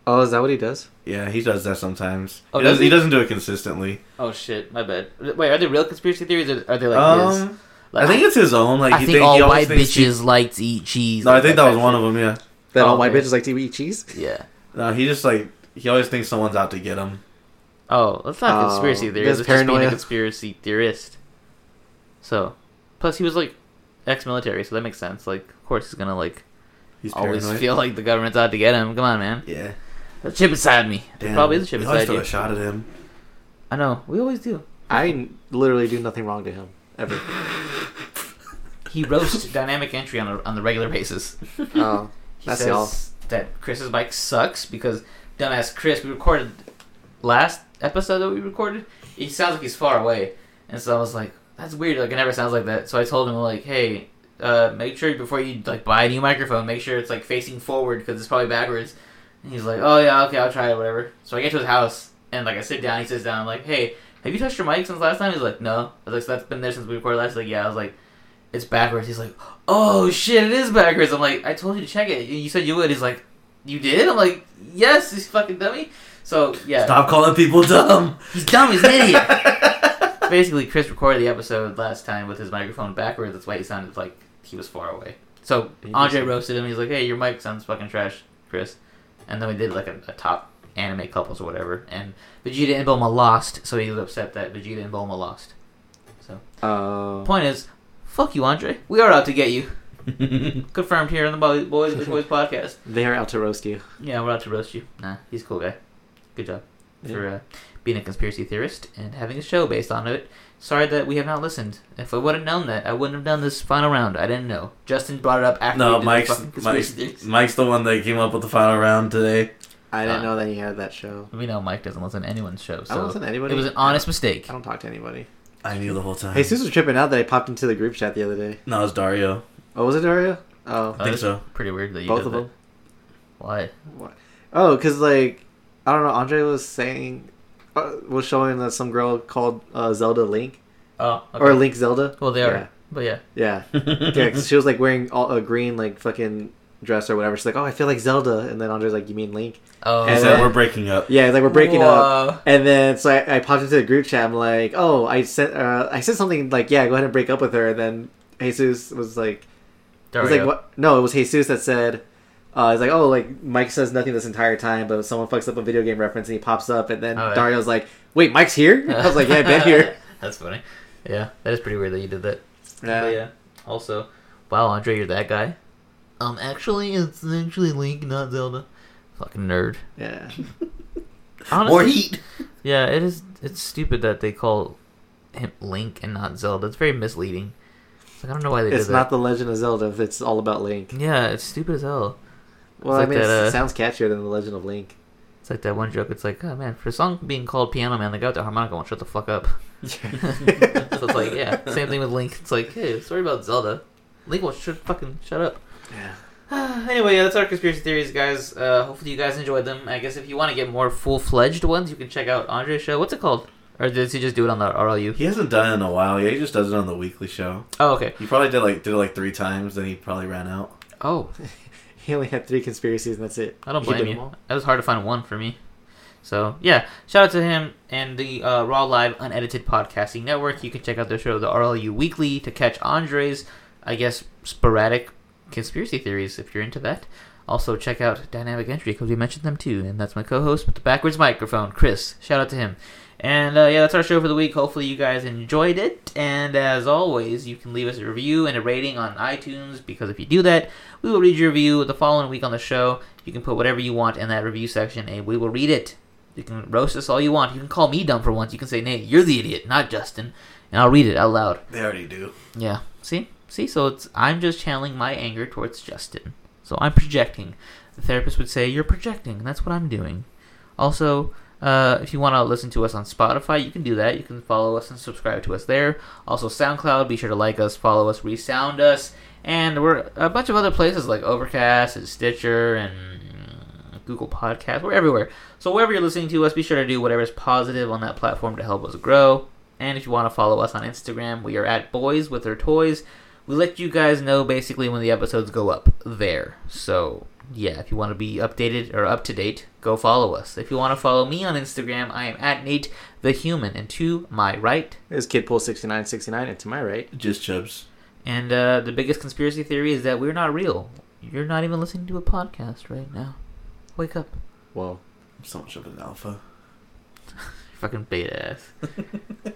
S2: Oh, is that what he does?
S3: Yeah, he does that sometimes.
S1: Oh,
S3: he,
S1: does
S3: does,
S1: he?
S3: he doesn't do it consistently.
S1: Oh shit, my bad. Wait, are they real conspiracy theories? or Are they like his?
S3: um, I
S1: Like,
S3: think it's his own. Like
S1: I
S3: he
S1: think
S3: he
S1: all
S3: always
S1: white
S3: thinks
S1: bitches
S3: he-
S1: like to eat cheese.
S3: no, I think that was
S1: type
S3: one of them. Yeah.
S2: That
S1: Oh,
S2: all white
S1: okay.
S2: bitches like to eat cheese?
S1: shit. Yeah.
S3: No, he just like he always thinks someone's out to get him.
S1: Oh, that's not a
S2: Oh,
S1: conspiracy theory.
S2: that's
S1: That's just being a
S2: paranoia.
S1: conspiracy theorist. So, plus he was like ex-military, so that makes sense. Like, of course he's gonna like
S3: He's
S1: always
S3: paranoid.
S1: feel like the government's out to get him. Come on, man.
S3: Yeah.
S1: The chip inside me. There
S3: Damn.
S1: probably is a chip
S3: He always
S1: inside
S3: throw
S1: you.
S3: a shot at him.
S1: I know. We always do.
S2: I n- literally do nothing wrong to him
S1: [LAUGHS]
S2: ever.
S1: He roasts [LAUGHS] dynamic entry on a, on the regular basis. [LAUGHS]
S2: oh,
S1: He
S2: that's
S1: says
S2: y'all.
S1: that Chris's bike sucks because dumbass Chris, we recorded last episode that we recorded. He sounds like he's far away, and so I was like, "That's weird. Like it never sounds like that." So I told him like, "Hey, uh, make sure before you like buy a new microphone, make sure it's like facing forward because it's probably backwards." And he's like, "Oh yeah, okay, I'll try it, whatever." So I get to his house and like I sit down. He sits down. I'm like, "Hey, have you touched your mic since last time?" He's like, "No." I was like, so "That's been there since we recorded last." He's like, "Yeah." I was like. It's backwards. He's like, oh shit, it is backwards. I'm like, I told you to check it. You said you would. He's like, you did? I'm like, yes, this fucking dummy. So yeah,
S3: Stop calling people dumb.
S1: he's dumb. He's an idiot. Basically, Chris recorded the episode last time with his microphone backwards. That's why he sounded like he was far away. So Andre roasted him. He's like, hey, your mic sounds fucking trash, Chris. And then we did like a, a top anime couples or whatever. And Vegeta and Bulma lost, so he was upset that Vegeta and Bulma lost.
S2: Oh.
S1: Point is, fuck you, Andre. We are out to get you.
S3: [LAUGHS]
S1: Confirmed here on the Boys Boys, Boys,
S2: [LAUGHS]
S1: Boys podcast.
S2: They are out to roast you.
S1: Yeah, we're out to roast you. Nah, he's a cool guy. Good job for
S2: Yeah.
S1: uh, being a conspiracy theorist and having a show based on it. Sorry that we have not listened. If I would have known that, I wouldn't have done this final round. I didn't know. Justin brought it up after. we
S3: no,
S1: did the
S3: Mike's
S1: fucking conspiracy
S3: Mike's,
S1: theories.
S3: Mike's the one that came up with the final round today.
S2: I didn't
S1: Uh,
S2: know that he had that show.
S1: We know Mike doesn't listen to anyone's show,
S2: I don't
S1: so
S2: listen to anybody.
S1: it was an honest mistake.
S2: I don't talk to anybody.
S3: I knew the whole time.
S2: Jesus was tripping out that I popped into the group chat the other day.
S3: No, it's Dario.
S2: Oh, was it Dario? Oh,
S3: I think so.
S1: Pretty weird that you
S2: both
S1: did
S2: of
S1: that.
S2: them.
S1: Why?
S2: What? Oh, because like I don't know. Andre was saying, uh, was showing that some girl called uh, Zelda Link
S1: Oh, okay.
S2: or Link Zelda.
S1: Well, they are. But yeah,
S2: Yeah, yeah. yeah 'cause she was like wearing all, a green like fucking dress or whatever. She's like, oh, I feel like Zelda, and then Andre's like, you mean Link?
S1: oh,
S3: He
S2: And
S3: said
S2: then-
S3: we're breaking up.
S2: Yeah, like we're breaking
S1: Whoa.
S2: up. And then so I, I popped into the group chat. I'm like, oh, I sent uh, I said something like, yeah, go ahead and break up with her. And then Jesus was like,
S1: there
S2: was
S1: we
S2: like
S1: go.
S2: what? No, it was Jesus that said. Uh, it's like oh like Mike says nothing this entire time, but someone fucks up a video game reference and he pops up, and then
S1: Oh, yeah.
S2: Dario's like, "Wait,
S1: [LAUGHS]
S2: Mike's here?" I was like, "Yeah, I've been here."
S1: That's funny. Yeah, that is pretty weird that you did that.
S2: Yeah.
S1: But Oh, yeah. Also, wow, Andre, you're that guy. Um, actually, it's actually Link, not Zelda. Fucking nerd.
S2: yeah,
S1: Honestly,
S3: More heat.
S1: Yeah, it is. It's stupid that they call him Link and not Zelda. It's very misleading. It's like [LAUGHS] I don't know why they
S2: It's
S1: did that.
S2: not the Legend of Zelda. if It's all about Link.
S1: Yeah, it's stupid as hell.
S2: Well,
S1: like
S2: I mean,
S1: that,
S2: it's-
S1: uh,
S2: it sounds catchier than the Legend of Link.
S1: [LAUGHS] It's like that one joke. It's like, oh man, for a song being called Piano Man, the guy with the harmonica won't shut the fuck up. so it's like, yeah, same thing with Link. It's like, hey, sorry about Zelda. Link won't shut fucking shut up.
S2: Yeah.
S1: [SIGHS]
S2: [LAUGHS]
S1: anyway, yeah, that's our conspiracy theories, guys. Uh, hopefully, you guys enjoyed them. I guess if you want to get more full fledged ones, you can check out Andre's show. What's it called? Or does he just do it on the RLU?
S3: He hasn't done it in a while. Yeah, he just does it on the weekly show.
S1: Oh, okay.
S3: He probably did like did it like three times, then he probably ran out.
S1: Oh,
S2: He only had three conspiracies, and that's it.
S1: I don't
S2: He did
S1: blame
S2: them
S1: you.
S2: all.
S1: That was hard to find one for me. So yeah, shout out to him and the uh, Raw Live Unedited Podcasting Network. You can check out their show, the RLU Weekly, to catch Andre's, I guess, sporadic conspiracy theories if you're into that. Also check out Dynamic Entry because we mentioned them too, and that's my co-host with the backwards microphone, Chris. Shout out to him. And uh, yeah, that's our show for the week. Hopefully you guys enjoyed it. And as always, you can leave us a review and a rating on iTunes because if you do that, we will read your review the following week on the show. You can put whatever you want in that review section, and we will read it. You can roast us all you want. You can call me dumb for once. You can say, "Nate, you're the idiot, not Justin," and I'll read it out loud.
S3: They already do.
S1: Yeah. See? See? So it's I'm just channeling my anger towards Justin. So I'm projecting. The therapist would say, You're projecting, and that's what I'm doing. Also, uh, if you want to listen to us on Spotify, you can do that. You can follow us and subscribe to us there. Also, SoundCloud, be sure to like us, follow us, resound us. And we're a bunch of other places like Overcast and Stitcher and Google Podcast. We're everywhere. So wherever you're listening to us, be sure to do whatever's positive on that platform to help us grow. And if you want to follow us on Instagram, we are at Boys with Their Toys. We let you guys know basically when the episodes go up there. So yeah, if you want to be updated or up to date, go follow us. If you want to follow me on Instagram, I am at Nate the Human, and to my right.
S2: There's Kidpool sixty nine sixty nine, and to my right,
S3: Just chubs.
S1: And uh, the biggest conspiracy theory is that we're not real. You're not even listening to a podcast right now. Wake up.
S2: well,
S3: So much of an alpha.
S1: Fucking beta ass.